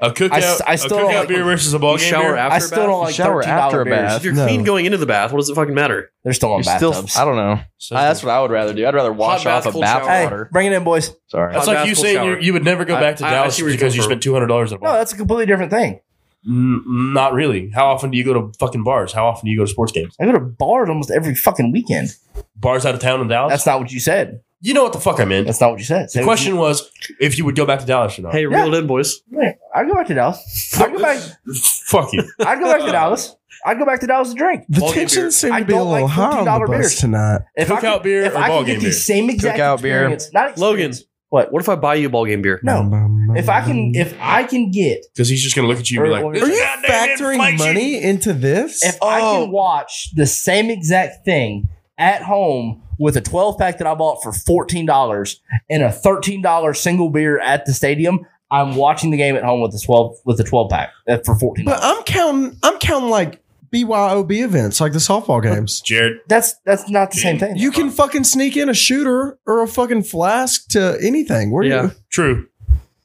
S6: A cookout,
S4: I s- I still
S6: a
S4: don't
S6: cookout
S4: like-
S6: beer versus a
S3: You
S6: ball game
S3: shower
S6: beer?
S3: after
S4: I
S3: a
S4: still
S3: bath?
S4: don't like
S7: Shower
S4: $13
S7: after a
S4: beers.
S7: bath.
S3: If you're
S5: No.
S3: clean going into the bath, what does it fucking matter?
S4: They're still on
S7: You're still,
S4: bathtubs.
S7: I don't know.
S6: So
S7: I, that's what I would rather do. I'd rather wash
S3: bath,
S7: off a
S3: cold
S7: bath
S3: shower.
S4: hey,
S7: water.
S4: bring it in, boys.
S7: Sorry.
S6: that's
S3: Hot
S6: like you
S3: bath, cold
S6: saying you,
S3: shower.
S6: you would never go
S3: I-
S6: back to
S3: I- I
S6: Dallas
S3: see where you're
S6: because you
S3: going
S6: spent two hundred dollars at a
S4: No,
S6: bar.
S4: that's a completely different thing.
S6: Mm, not really. How often do you go to fucking bars? How often do you go to sports games?
S4: I go to bars almost every fucking weekend.
S6: Bars out of town in Dallas.
S4: That's not what you said.
S6: you know what the fuck I meant.
S4: That's not what you said. Say
S6: The
S4: what
S6: question was if you would go back to Dallas or not.
S3: Hey, reel it in, boys.
S4: you- I'd go back to Dallas. I'd go back.
S6: fuck you.
S4: I'd go back to Dallas. I'd go back to Dallas to drink.
S5: The
S3: Ball game beer.
S5: tensions seem
S4: I
S5: to be a
S4: don't
S5: little
S4: like
S5: high on the
S4: $15
S5: bus
S4: beers.
S5: tonight.
S4: If I
S6: Cookout
S4: could-
S6: beer
S4: if
S6: or
S4: I
S6: ball
S4: could
S6: game
S4: get
S6: beer?
S4: the same exact
S7: Cookout beer.
S4: experience, not
S3: Logan.
S4: experience. What?
S3: What if I buy you a ball game beer?
S4: No. If I can, if I can get,
S6: Because he's just gonna look at you and be
S4: Or-
S6: like,
S4: or-
S6: "This
S5: Are you
S6: goddamn
S5: factoring
S6: inflation."
S5: money into this?
S4: if I can watch the same exact thing at home with a 12 pack that I bought for $14 and a $13 single beer at the stadium, I'm watching the game at home with the 12 with the 12 pack uh, for 14.
S5: But
S4: dollars
S5: I'm counting. I'm counting like BYOB events, like the softball games.
S6: Jared?
S4: That's that's not the same thing.
S5: You can fucking sneak in a shooter or a fucking flask to anything. Where
S3: Yeah.
S5: you?
S6: True.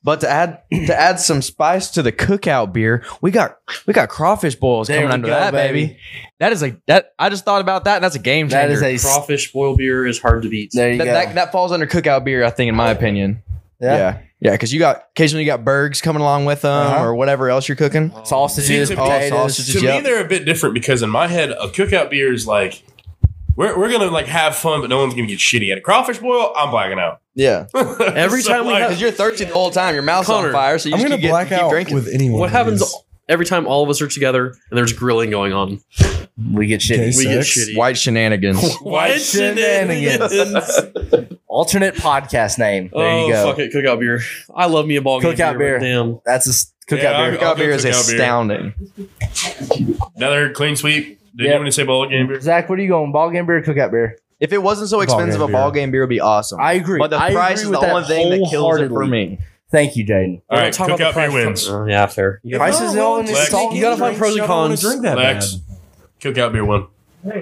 S7: But to add to add some spice to the cookout beer, we got we got crawfish boils
S4: There
S7: coming
S4: we
S7: under
S4: go,
S7: that baby.
S4: baby.
S7: That is a that I just thought about that. and That's a game
S4: That
S7: changer.
S4: is a s-
S3: Crawfish boil beer is hard to beat.
S4: There you
S7: that,
S4: go.
S7: that, that falls under cookout beer, I think, in my opinion.
S4: Yeah.
S7: yeah, yeah. Because you got occasionally you got burgers coming along with them
S4: Uh-huh.
S7: or whatever else you're cooking. Oh,
S6: See,
S4: Sausages,
S6: to me-
S4: potatoes.
S7: sausages.
S6: To me,
S7: Yep.
S6: they're a bit different because in my head, a cookout beer is like. We're, we're gonna like have fun, but no one's gonna get shitty at a crawfish boil. I'm blacking out.
S7: Yeah,
S3: Every time we have-
S7: because you're thirsty the whole time. Your mouth's
S3: Connor,
S7: on fire, so you
S5: I'm
S7: just
S5: gonna
S7: keep,
S5: black
S7: get, keep
S5: out
S7: drinking.
S5: with anyone.
S3: What
S5: who
S3: happens
S5: is
S3: every time all of us are together and there's grilling going on?
S4: We get shitty.
S5: gay
S3: We get
S5: sex?
S3: shitty.
S7: White shenanigans.
S6: White
S4: shenanigans. Alternate podcast name. There
S3: oh,
S4: you go.
S3: fuck it. Cookout beer. I love me a ball game
S4: Cookout
S3: beer. but
S4: beer.
S3: Damn.
S4: That's a s- cookout
S6: Yeah,
S4: beer.
S6: I'll
S7: cookout
S6: go
S7: beer is
S6: cookout beer.
S7: astounding.
S6: Another clean sweep.
S4: Yep.
S6: Did you want to say ball game beer?
S4: Zach, what are you going? Ball game beer, or cookout beer?
S7: If it wasn't so
S5: Ball game
S7: expensive, a
S5: beer.
S7: ball game beer would be awesome.
S4: I agree.
S7: But the
S4: I
S7: price is
S4: agree
S7: the
S4: with that
S7: only thing that kills it for
S4: wholeheartedly.
S7: me.
S4: Thank you, Jaden.
S6: All right,
S3: Talk about the
S6: cookout beer
S3: price
S6: wins.
S3: first. Uh, yeah, fair. You
S4: Price is the only
S6: Lex,
S4: song.
S3: you gotta find pros and
S5: I don't wanna
S3: cons.
S5: Drink that
S6: Lex.
S5: bad.
S6: Cookout beer won.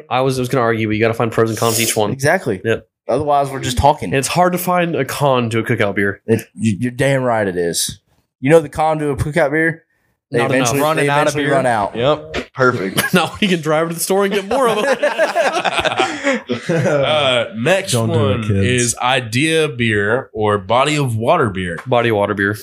S3: I was, I was going to argue, but you got to find pros and cons each one.
S4: Exactly.
S3: Yep.
S4: Otherwise, we're just talking.
S3: And it's hard to find a con to a cookout beer.
S4: It- you- you're damn right it is. You know the con to a cookout beer? They
S3: Not enough.
S4: eventually,
S7: Running
S4: they
S7: out of
S4: eventually
S7: beer.
S4: run out.
S7: Yep. Perfect.
S3: Now we can drive to the store and get more of them.
S6: Uh, next
S5: Don't do it,
S6: one
S5: kids.
S6: is idea beer or body of water beer.
S3: Body water beer.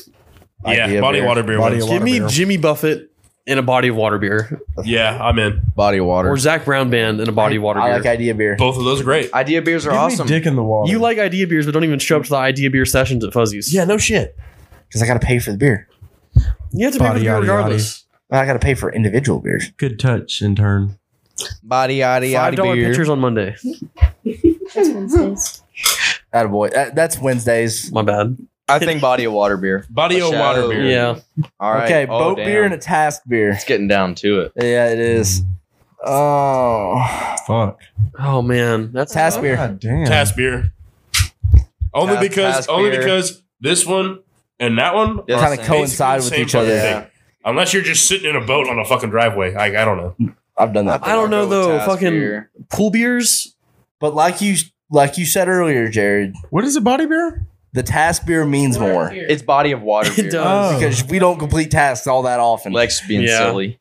S6: yeah,
S7: Idea
S6: body
S7: beer.
S6: water beer.
S5: Body
S6: ones.
S5: Water
S3: Give me
S5: beer.
S3: Jimmy Buffett in a body of water beer,
S6: yeah, I'm in.
S7: Body water.
S3: or Zach Brown Band in a body of water
S4: I
S3: beer.
S4: like idea beer.
S6: Both of those are great.
S7: Idea beers are
S5: Give me
S7: awesome.
S5: dick in the water.
S3: you like idea beers, but don't even show up to the idea beer sessions at Fuzzies.
S6: Yeah, no shit.
S4: Because I got to pay for the beer.
S3: you have to pay for the
S5: Body
S3: beer
S5: yada yada.
S3: regardless.
S4: I got to pay for individual beers.
S5: good touch in turn.
S7: Body, yada,
S3: Five
S7: yada
S3: dollar
S7: beer.
S3: pictures on Monday.
S11: That's Wednesdays.
S4: That boy. That, that's Wednesdays.
S3: My bad.
S7: I think body of water beer.
S6: Body of
S7: Show.
S6: water beer.
S3: Yeah,
S7: All right.
S4: okay,
S7: Oh,
S4: boat
S7: damn.
S4: beer and a task beer.
S7: It's getting down to it.
S4: Yeah, it is. Oh,
S5: Fuck.
S3: Oh man, that's
S4: task beer.
S5: God damn.
S6: Tass beer. Only
S7: Tass-
S6: because
S7: Tass
S6: only
S7: beer.
S6: because this one and that one
S7: Yeah,
S6: are
S4: Kind of coincide with
S6: basically the
S4: each
S6: same
S4: other.
S6: fucking thing. Unless you're just sitting in a boat on a fucking driveway. I, I don't know.
S4: I've done that.
S7: think
S3: I don't
S7: I'll
S3: know,
S7: go with
S3: though.
S7: Tass
S3: Fucking-
S7: beer.
S3: pool beers.
S4: But like you, like you said earlier, Jared,
S5: What is a body beer?
S4: the task beer means more
S7: It's body of water
S3: It
S7: beer.
S3: does.
S5: Oh.
S4: because we don't complete tasks all that often.
S7: Lex being
S3: Yeah.
S7: silly.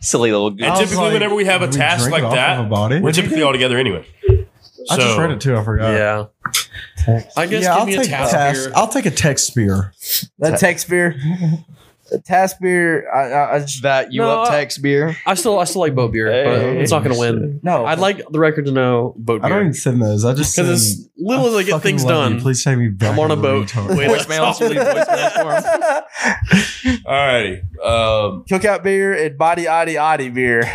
S7: Silly little goose.
S6: And
S5: I was
S6: typically,
S5: like,
S6: whenever we have a
S5: do we
S6: task
S5: drink
S6: like
S5: it off
S6: that,
S5: of a body?
S6: we're typically all together anyway.
S5: I just
S6: So-
S5: read it too. I forgot.
S3: Yeah. I guess
S5: Yeah,
S3: give
S5: I'll
S3: me
S5: take
S3: a task,
S5: task-
S3: beer.
S5: I'll take a text beer.
S4: that text beer, the task beer. I, I, I just,
S7: that you
S3: No,
S7: up
S3: I-
S7: text beer.
S3: I still I still like boat beer, but
S7: Hey.
S3: it's not gonna win.
S4: no,
S3: I'd like the record to know boat
S5: I
S3: beer.
S5: don't even send those. I just
S3: because
S5: send.
S3: as little as I get
S5: fucking
S3: things
S5: love you.
S3: done,
S5: Please take me back.
S3: I'm on a
S5: you
S3: boat.
S5: retard.
S3: Wait, that's
S7: Voicemail,
S3: all.
S7: leave voicemail for him.
S6: Alrighty. Um,
S4: cookout beer and body oddy oddy beer.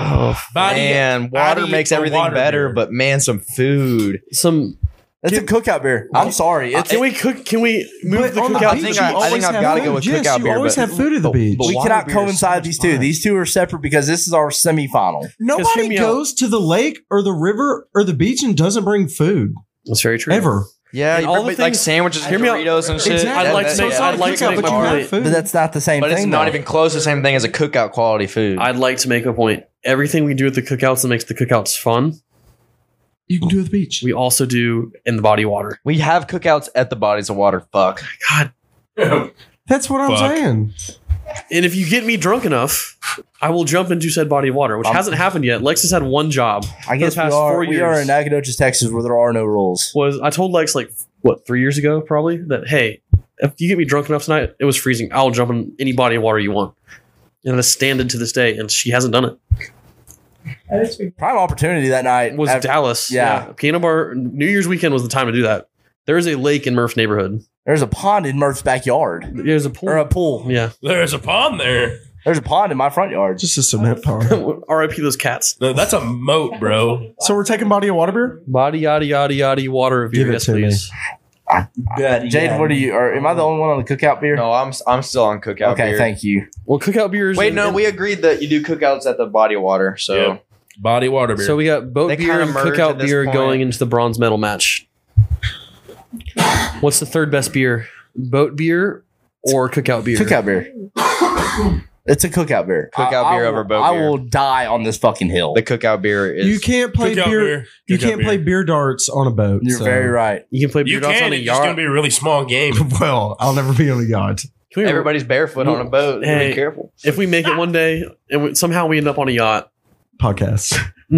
S3: Oh,
S6: body
S7: Man, water
S6: body
S7: makes
S6: of
S7: everything
S6: water
S7: better,
S6: beer.
S7: but man, some food.
S3: some
S4: That's a cookout beer. I'm sorry. It's
S7: Uh,
S3: can we cook? Can we move
S5: But
S3: the
S5: on the
S3: cookout?
S7: I think
S5: beach,
S7: I- I
S5: you
S7: think
S5: always
S7: I've
S5: have
S7: gotta
S5: food.
S7: go with
S5: yes,
S7: cookout
S5: you
S7: beer,
S5: always
S7: but-
S5: have food at the
S7: but-
S5: beach.
S7: but
S4: we
S7: water
S4: cannot
S7: beer is so
S4: coincide
S5: much
S4: these two.
S5: fun.
S4: These two are separate because this is our semifinal.
S3: Just hit
S5: Nobody
S3: me
S5: goes to the lake or the river or the beach and doesn't bring food
S3: That's very true.
S5: ever.
S7: Yeah,
S3: And
S7: you
S3: all
S7: bring
S3: the
S7: me, like
S3: things-
S7: sandwiches,
S3: Hear
S7: and
S3: me out.
S7: Doritos, and shit.
S5: Exactly.
S3: I'd like
S7: That-
S3: to-
S7: that-
S5: it's
S3: I'd
S5: not a
S3: like to
S5: cookout,
S3: make
S5: but
S3: my
S5: you
S3: point.
S5: have food.
S4: But that's not the same
S7: But
S4: thing.
S7: it's not
S4: though.
S7: even close to the same thing as a cookout quality food.
S3: I'd like to make a point. Everything we do at the cookouts that makes the cookouts fun,
S5: you can do it at the beach.
S3: we also do in the body water.
S7: we have cookouts at the bodies of water. Fuck.
S3: God,
S5: That's what
S6: Fuck.
S5: I'm saying.
S3: and if you get me drunk enough, I will jump into said body of water, which hasn't happened yet. Lex has had one job.
S4: I guess we
S3: past
S4: are.
S3: four
S4: We are
S3: years.
S4: in Nacogdoches, Texas, where there are no rules.
S3: Was I told Lex like what three years ago probably that hey, if you get me drunk enough tonight, it was freezing. I'll jump in any body of water you want. And I standard to this day, and she hasn't done it.
S11: That is weird.
S4: Prime opportunity that night
S3: It was
S4: after-
S3: Dallas.
S4: yeah.
S3: Piano bar New Year's weekend was the time to do that. There is a lake in Murph neighborhood.
S4: There's a pond in Murph's backyard
S3: There's a pool.
S4: or a pool.
S3: yeah.
S6: There's a pond there.
S4: There's a pond in my front yard.
S5: Just a cement pond.
S3: R.I.P. those cats.
S6: No, that's a moat, bro.
S5: So we're taking body of water beer.
S3: Body yada yada yada water of
S5: Give
S3: beer,
S5: it
S3: yes
S5: to me.
S3: please.
S4: Jade, what are you? Or am I the only one on the cookout beer?
S7: No, I'm I'm still on cookout.
S4: okay,
S7: beer.
S4: thank you.
S3: Well, cookout beers.
S7: Wait,
S3: and-
S7: no, we agreed that you do cookouts at the body of water. So
S6: Yeah. Body water beer.
S3: So we got boat
S7: They
S3: beer
S7: kinda
S3: and
S7: merge at
S3: cookout
S7: this
S3: beer
S7: point.
S3: going into the bronze medal match. What's the third best beer? Boat beer or cookout beer?
S4: Cookout beer. it's a cookout beer.
S7: Cookout
S4: I- I
S7: beer
S4: will-
S7: over boat
S4: I
S7: beer.
S4: will die on this fucking hill.
S7: the cookout beer is
S5: You can't play
S6: Cookout
S5: beer.
S6: beer.
S5: You
S6: Cookout
S5: can't play beer darts on a boat.
S4: You're
S5: so-
S4: very right.
S3: You can play beer
S6: You
S3: dots on
S6: can.
S3: a
S6: It's just gonna
S3: yacht.
S6: be a really small game.
S5: Well, I'll never be on a yacht.
S3: Can we-
S7: everybody's barefoot on a boat.
S3: Hey.
S7: Be careful.
S3: if we make it one day and we, somehow we end up on a yacht,
S5: Podcast.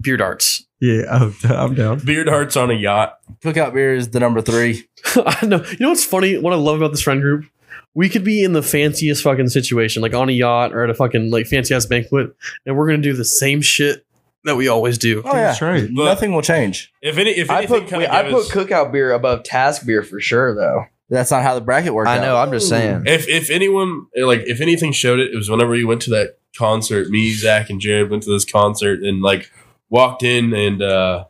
S3: beer darts.
S5: Yeah, I'm, I'm down.
S6: Beard hearts on a yacht.
S4: Cookout beer is the number three.
S3: I know. You know what's funny? What I love about this friend group? We could be in the fanciest fucking situation, like on a yacht or at a fucking like fancy ass banquet, and we're gonna do the same shit that we always do.
S4: Oh yeah,
S5: That's right.
S6: Look,
S4: nothing will change.
S6: If any, if
S7: I
S6: anything,
S7: put
S6: kind
S7: wait,
S6: of
S7: I put cookout beer above task beer for sure though.
S4: That's not how the bracket worked.
S7: I know.
S4: Out.
S7: I'm just saying.
S6: If if anyone like if anything showed it, it was whenever we went to that concert. Me, Zach, and Jared went to this concert and like walked in and uh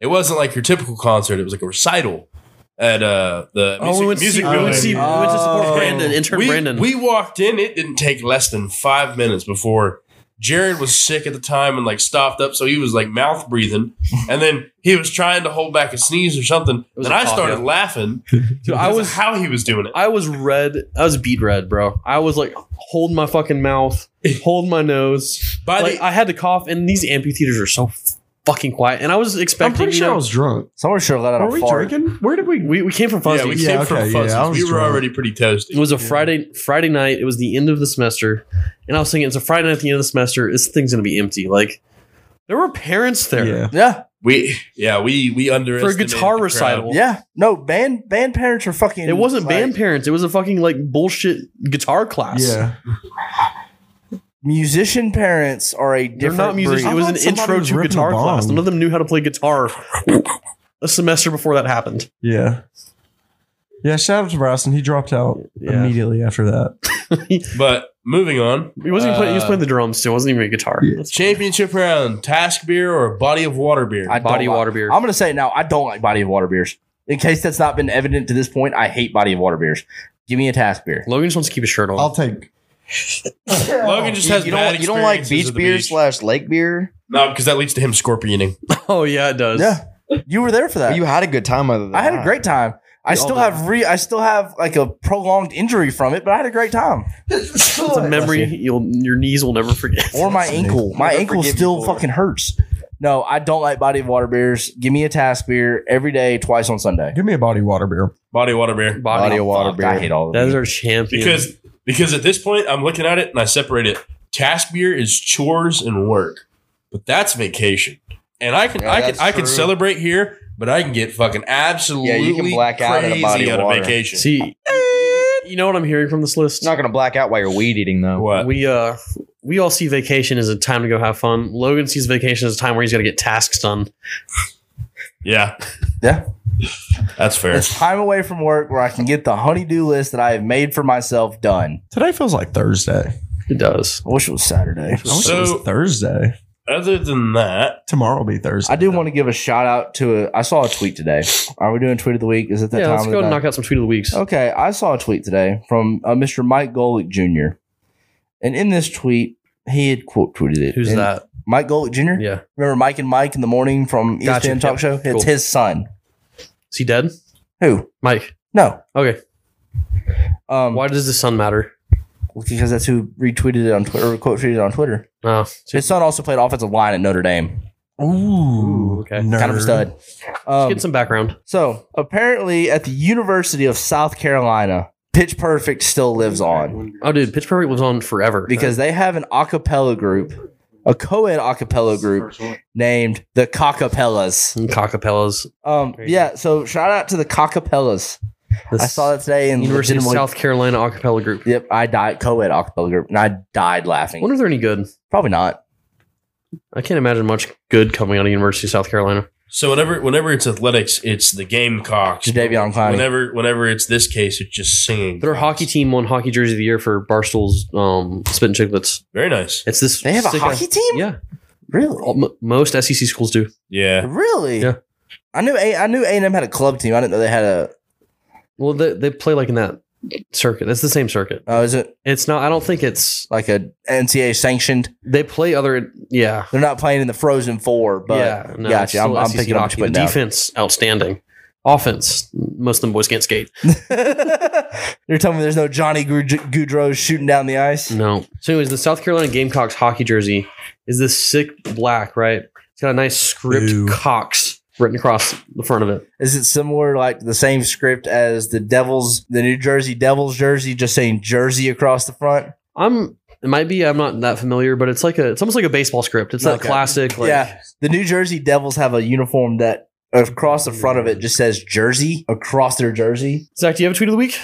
S6: it wasn't like your typical concert. It was like a recital at uh the
S3: Oh, we went, to see, we, went to see, we went to support
S4: Oh.
S3: Brandon, intern
S6: we,
S3: Brandon.
S6: we walked in. It didn't take less than five minutes before Jared was sick at the time and like stopped up, so he was like mouth breathing, and then he was trying to hold back a sneeze or something.
S3: was
S6: And
S3: a
S6: I
S3: cough,
S6: started
S3: yeah.
S6: laughing.
S3: Dude, I
S6: because
S3: was
S6: of how he was doing it.
S3: I was red. I was beat red, bro. I was like holding my fucking mouth, holding my nose.
S6: By
S3: like
S6: the-
S3: I had to cough, and these amphitheaters are so fucking quiet. And I was
S12: I'm
S3: expecting.
S12: pretty
S3: you
S12: sure
S3: know,
S12: I was drunk.
S4: Someone should have let out
S12: Were
S4: a
S12: we
S4: fart.
S12: drinking? Where did we?
S3: We, we came from Fuzzy.
S6: Yeah, we
S12: Yeah,
S6: came from
S12: okay, yeah,
S6: Fuzzies.
S12: I was
S6: we were
S12: drunk.
S6: already pretty toasty.
S3: It was a Friday Friday night. It was the end of the semester, and I was thinking it's a Friday night at the end of the semester. This thing's gonna be empty. Like there were parents there
S5: Yeah.
S4: Yeah,
S6: We yeah we we
S3: for a
S6: underestimated
S3: guitar
S6: the crowd.
S3: recital.
S4: yeah. No, band band parents are fucking.
S3: It wasn't
S4: like,
S3: band parents. It was a fucking like bullshit guitar class.
S12: Yeah,
S4: Musician parents are a
S3: They're
S4: different.
S3: not musicians.
S4: breed.
S3: It was
S12: I
S3: an
S12: thought somebody
S3: intro
S12: was
S3: to
S12: ripping
S3: guitar
S12: a
S3: class.
S12: bong.
S3: None of them knew how to play guitar a semester before that happened.
S5: Yeah. Yeah, shout out to Bryson. He dropped out
S3: Yeah.
S5: immediately after that.
S6: But moving on,
S3: He wasn't even playing, he was
S6: Uh,
S3: playing the drums too. It wasn't even a guitar. That's
S6: championship round: task beer or a body of water beer.
S4: I don't
S3: body
S4: like-
S3: water beer.
S4: I'm gonna say it now. I don't like body of water beers. In case that's not been evident to this point, I hate body of water beers. Give me a task beer.
S3: Logan just wants to keep his shirt on.
S12: I'll take.
S6: Logan just has
S7: you
S6: bad
S7: don't, you don't like
S6: experiences
S7: beach
S6: at the
S7: beer
S6: beach.
S7: slash lake beer?
S6: No, because that leads to him scorpioning.
S3: oh yeah, it does.
S4: Yeah, you were there for that.
S7: Well, you had a good time other than
S4: I had a
S7: that.
S4: great time. I
S3: all
S4: still
S3: did.
S4: have re. I still have like a prolonged injury from it, but I had a great time.
S3: It's a memory you'll your knees will never forget.
S4: Or my ankle. My
S7: Never
S4: ankle
S7: forgive you
S4: still
S7: for it.
S4: fucking hurts. No, I don't like body of water beers. Give me a task beer every day, twice on Sunday.
S5: Give me a body water beer.
S6: Body of water beer.
S7: Body of water
S4: Fuck, I
S7: beer.
S4: hate all of
S3: That is
S4: them.
S3: our champion.
S6: Because because at this point I'm looking at it and I separate it. Task beer is chores and work, but that's vacation. And I can
S7: Yeah,
S6: I can
S7: that's
S6: I can
S7: true.
S6: celebrate here, but I can get fucking absolutely
S7: Yeah, you can black out in a
S6: crazy
S7: body of
S6: on
S7: water.
S6: vacation.
S3: see, you know what I'm hearing from this list.
S7: It's not going to black out while you're weed eating though.
S6: what?
S3: we uh we all see vacation as a time to go have fun. Logan sees vacation as a time where he's got to get tasks done.
S6: Yeah,
S4: Yeah.
S6: that's fair.
S4: It's time away from work where I can get the honeydew list that I have made for myself done.
S5: Today feels like Thursday.
S3: It does.
S4: I wish it was Saturday.
S5: I wish it
S6: So-
S5: was Thursday.
S6: Other than that,
S5: Tomorrow will be Thursday.
S4: I do want to give a shout out to a. I saw a tweet today. Are we doing tweet of the week? Is it that
S3: Yeah,
S4: time?
S3: let's
S4: of
S3: go
S4: the
S3: and
S4: night?
S3: knock out some tweet of the weeks.
S12: Oh,
S4: Okay, I saw a tweet today from uh, Mr. Mike Golick Jr. And in this tweet, he had quote tweeted it.
S3: Who's
S4: And
S3: that?
S4: Mike Golick Jr.
S3: Yeah.
S4: Remember Mike and Mike in the morning from E ESPN
S3: Gotcha,
S4: Talk
S3: yeah,
S4: Show? It's
S3: cool.
S4: his son.
S3: Is he dead?
S4: Who?
S3: Mike.
S4: No.
S3: Okay.
S4: Um,
S3: Why does the sun matter?
S4: Because that's who retweeted it on Twitter, or quote tweeted it on Twitter.
S3: Oh,
S4: His son also played offensive line at Notre Dame.
S5: Ooh,
S3: Ooh, okay.
S5: nerd.
S4: Kind of a stud.
S3: let's
S4: Um,
S3: get some background.
S4: so apparently, at the University of South Carolina, Pitch Perfect still lives on.
S3: Oh, dude, Pitch Perfect lives on forever.
S4: because they have an acapella group, a co-ed acapella group named the Cockapellas.
S3: And Cockapellas.
S4: Um,
S3: Crazy.
S4: yeah. So shout out to the Cockapellas.
S3: This
S4: I saw that today in
S3: University of
S4: legitimately-
S3: South Carolina acapella group.
S4: Yep, I died co-ed acapella group, and I died laughing.
S3: wonder if they're any good.
S4: Probably not.
S3: I can't imagine much good coming out of University of South Carolina.
S6: so whenever whenever it's athletics, it's the Gamecocks.
S4: Jadavion Clowney.
S6: Whenever whenever it's this case, it's just singing.
S3: Their hockey team won hockey jersey of the year for Barstool's um, Spitting Chicklets.
S6: Very nice.
S3: It's this.
S4: They have a
S3: sick-
S4: hockey team.
S3: Yeah, all-
S4: Really?
S3: m- most SEC schools do.
S6: Yeah.
S4: Really?
S3: Yeah.
S4: I knew a- I knew A and M had a club team. I didn't know they had a.
S3: Well, they, they play like in that circuit. That's the same circuit.
S4: Oh, is it
S3: It's not. I don't think it's.
S4: like a NCAA sanctioned?
S3: They play other. Yeah.
S4: They're not playing in the Frozen Four, but
S3: yeah. No, it's
S4: gotcha. I'm,
S3: still
S4: I'm
S3: SEC
S4: picking up
S3: hockey,
S4: what
S3: but
S4: you're putting down.
S3: defense outstanding. Offense, most of them boys can't skate.
S4: You're telling me there's no Johnny Goud- Goudreau shooting down the ice?
S3: No. So, anyways, the South Carolina Gamecocks hockey jersey is this sick black, right? It's got a nice script
S5: Ew.
S3: Cox written across the front of it.
S4: Is it similar, like the same script as the Devils, the New Jersey Devils jersey, just saying Jersey across the front?
S3: I'm. It might be. I'm not that familiar, but it's like a. It's almost like a baseball script. It's that
S4: Okay.
S3: classic. Like,
S4: yeah, the New Jersey Devils have a uniform that across the front of it just says Jersey across their jersey.
S3: Zach, do you have a tweet of the week?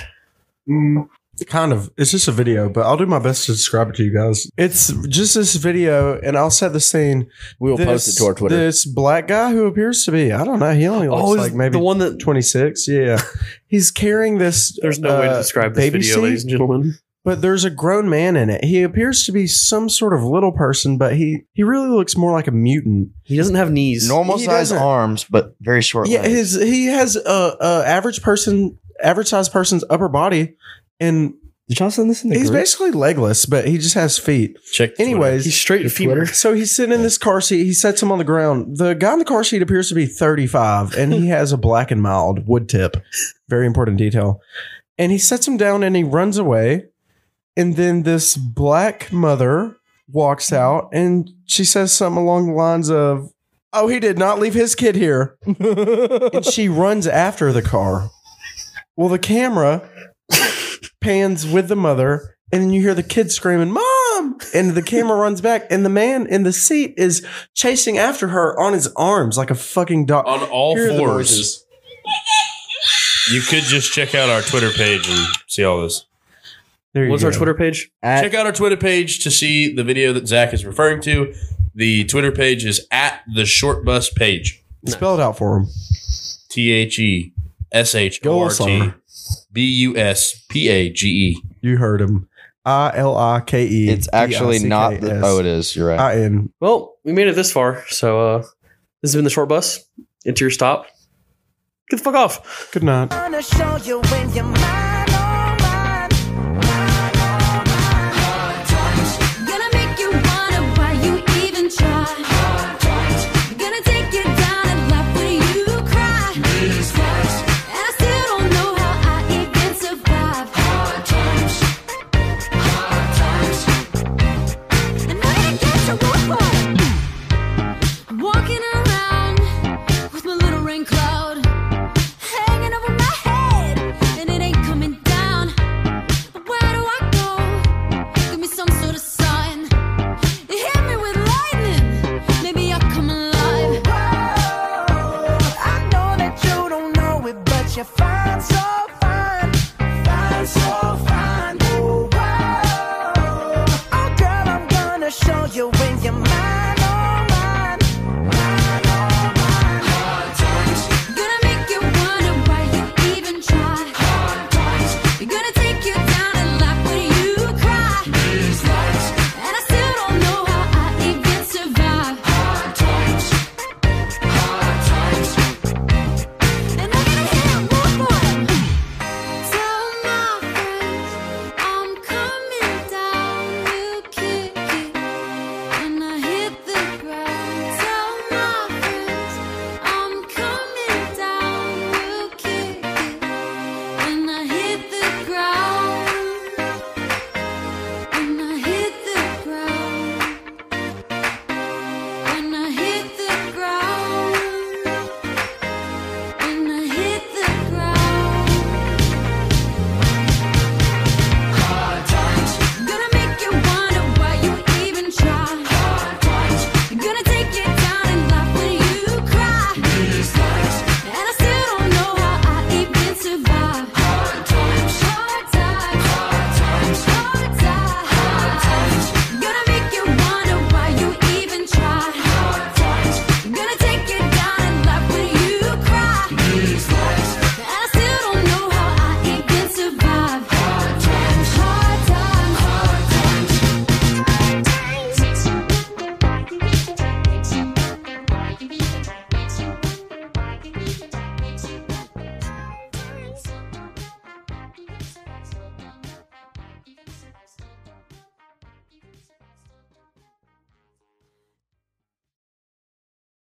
S5: Mm, kind of. It's just a video, but I'll do my best to describe it to you guys. It's just this video, and I'll set the scene.
S4: We will post it
S5: This-
S4: to our Twitter.
S5: This black guy who appears to be, I don't know, he only looks
S3: Oh, is
S5: like maybe
S3: the one that.
S5: 26. Yeah. He's carrying this.
S3: There's no way to
S5: uh,
S3: describe this
S5: baby
S3: video,
S5: seat,
S3: ladies and gentlemen.
S5: But there's a grown man in it. He appears to be some sort of little person, but he, he really looks more like a mutant.
S3: He doesn't have knees.
S7: Normal
S5: He
S7: size
S5: doesn't-
S7: arms, but very short.
S5: Yeah,
S7: legs.
S5: his he has a, a average person, average sized person's upper body, and
S4: Did y'all send this in the
S5: he's
S4: group?
S5: basically legless, but he just has feet.
S6: Check. the
S5: Anyways,
S3: He's straight femur.
S5: So he's sitting in this car seat. He sets him on the ground. The guy in the car seat appears to be 35, and he has a black and mild wood tip. Very important detail. And he sets him down and he runs away. And then this black mother walks out and she says something along the lines of, Oh, he did not leave his kid here. and she runs after the car. Well, the camera pans with the mother, and then you hear the kid screaming, Mom! And the camera runs back, and the man in the seat is chasing after her on his arms like a fucking dog.
S6: on all
S5: Here are the
S6: fours.
S5: voices.
S6: You could just check out our Twitter page and see all this.
S5: There you
S3: What's
S5: go.
S3: our Twitter page?
S2: At-
S6: Check out our Twitter page to see the video that Zach is referring to. The Twitter page is at the short bus page.
S5: Spell it out for him.
S6: T H E S H O
S5: Goal
S6: R T
S5: summer.
S6: B U S P A G E.
S5: You heard him. I L I K E.
S7: It's actually not. The, oh, it is. You're right.
S5: I N.
S3: Well, we made it this far, so uh, this has been the short bus. Into your stop. Get the fuck off.
S5: Good night.
S13: gonna show you when you're mine. oh,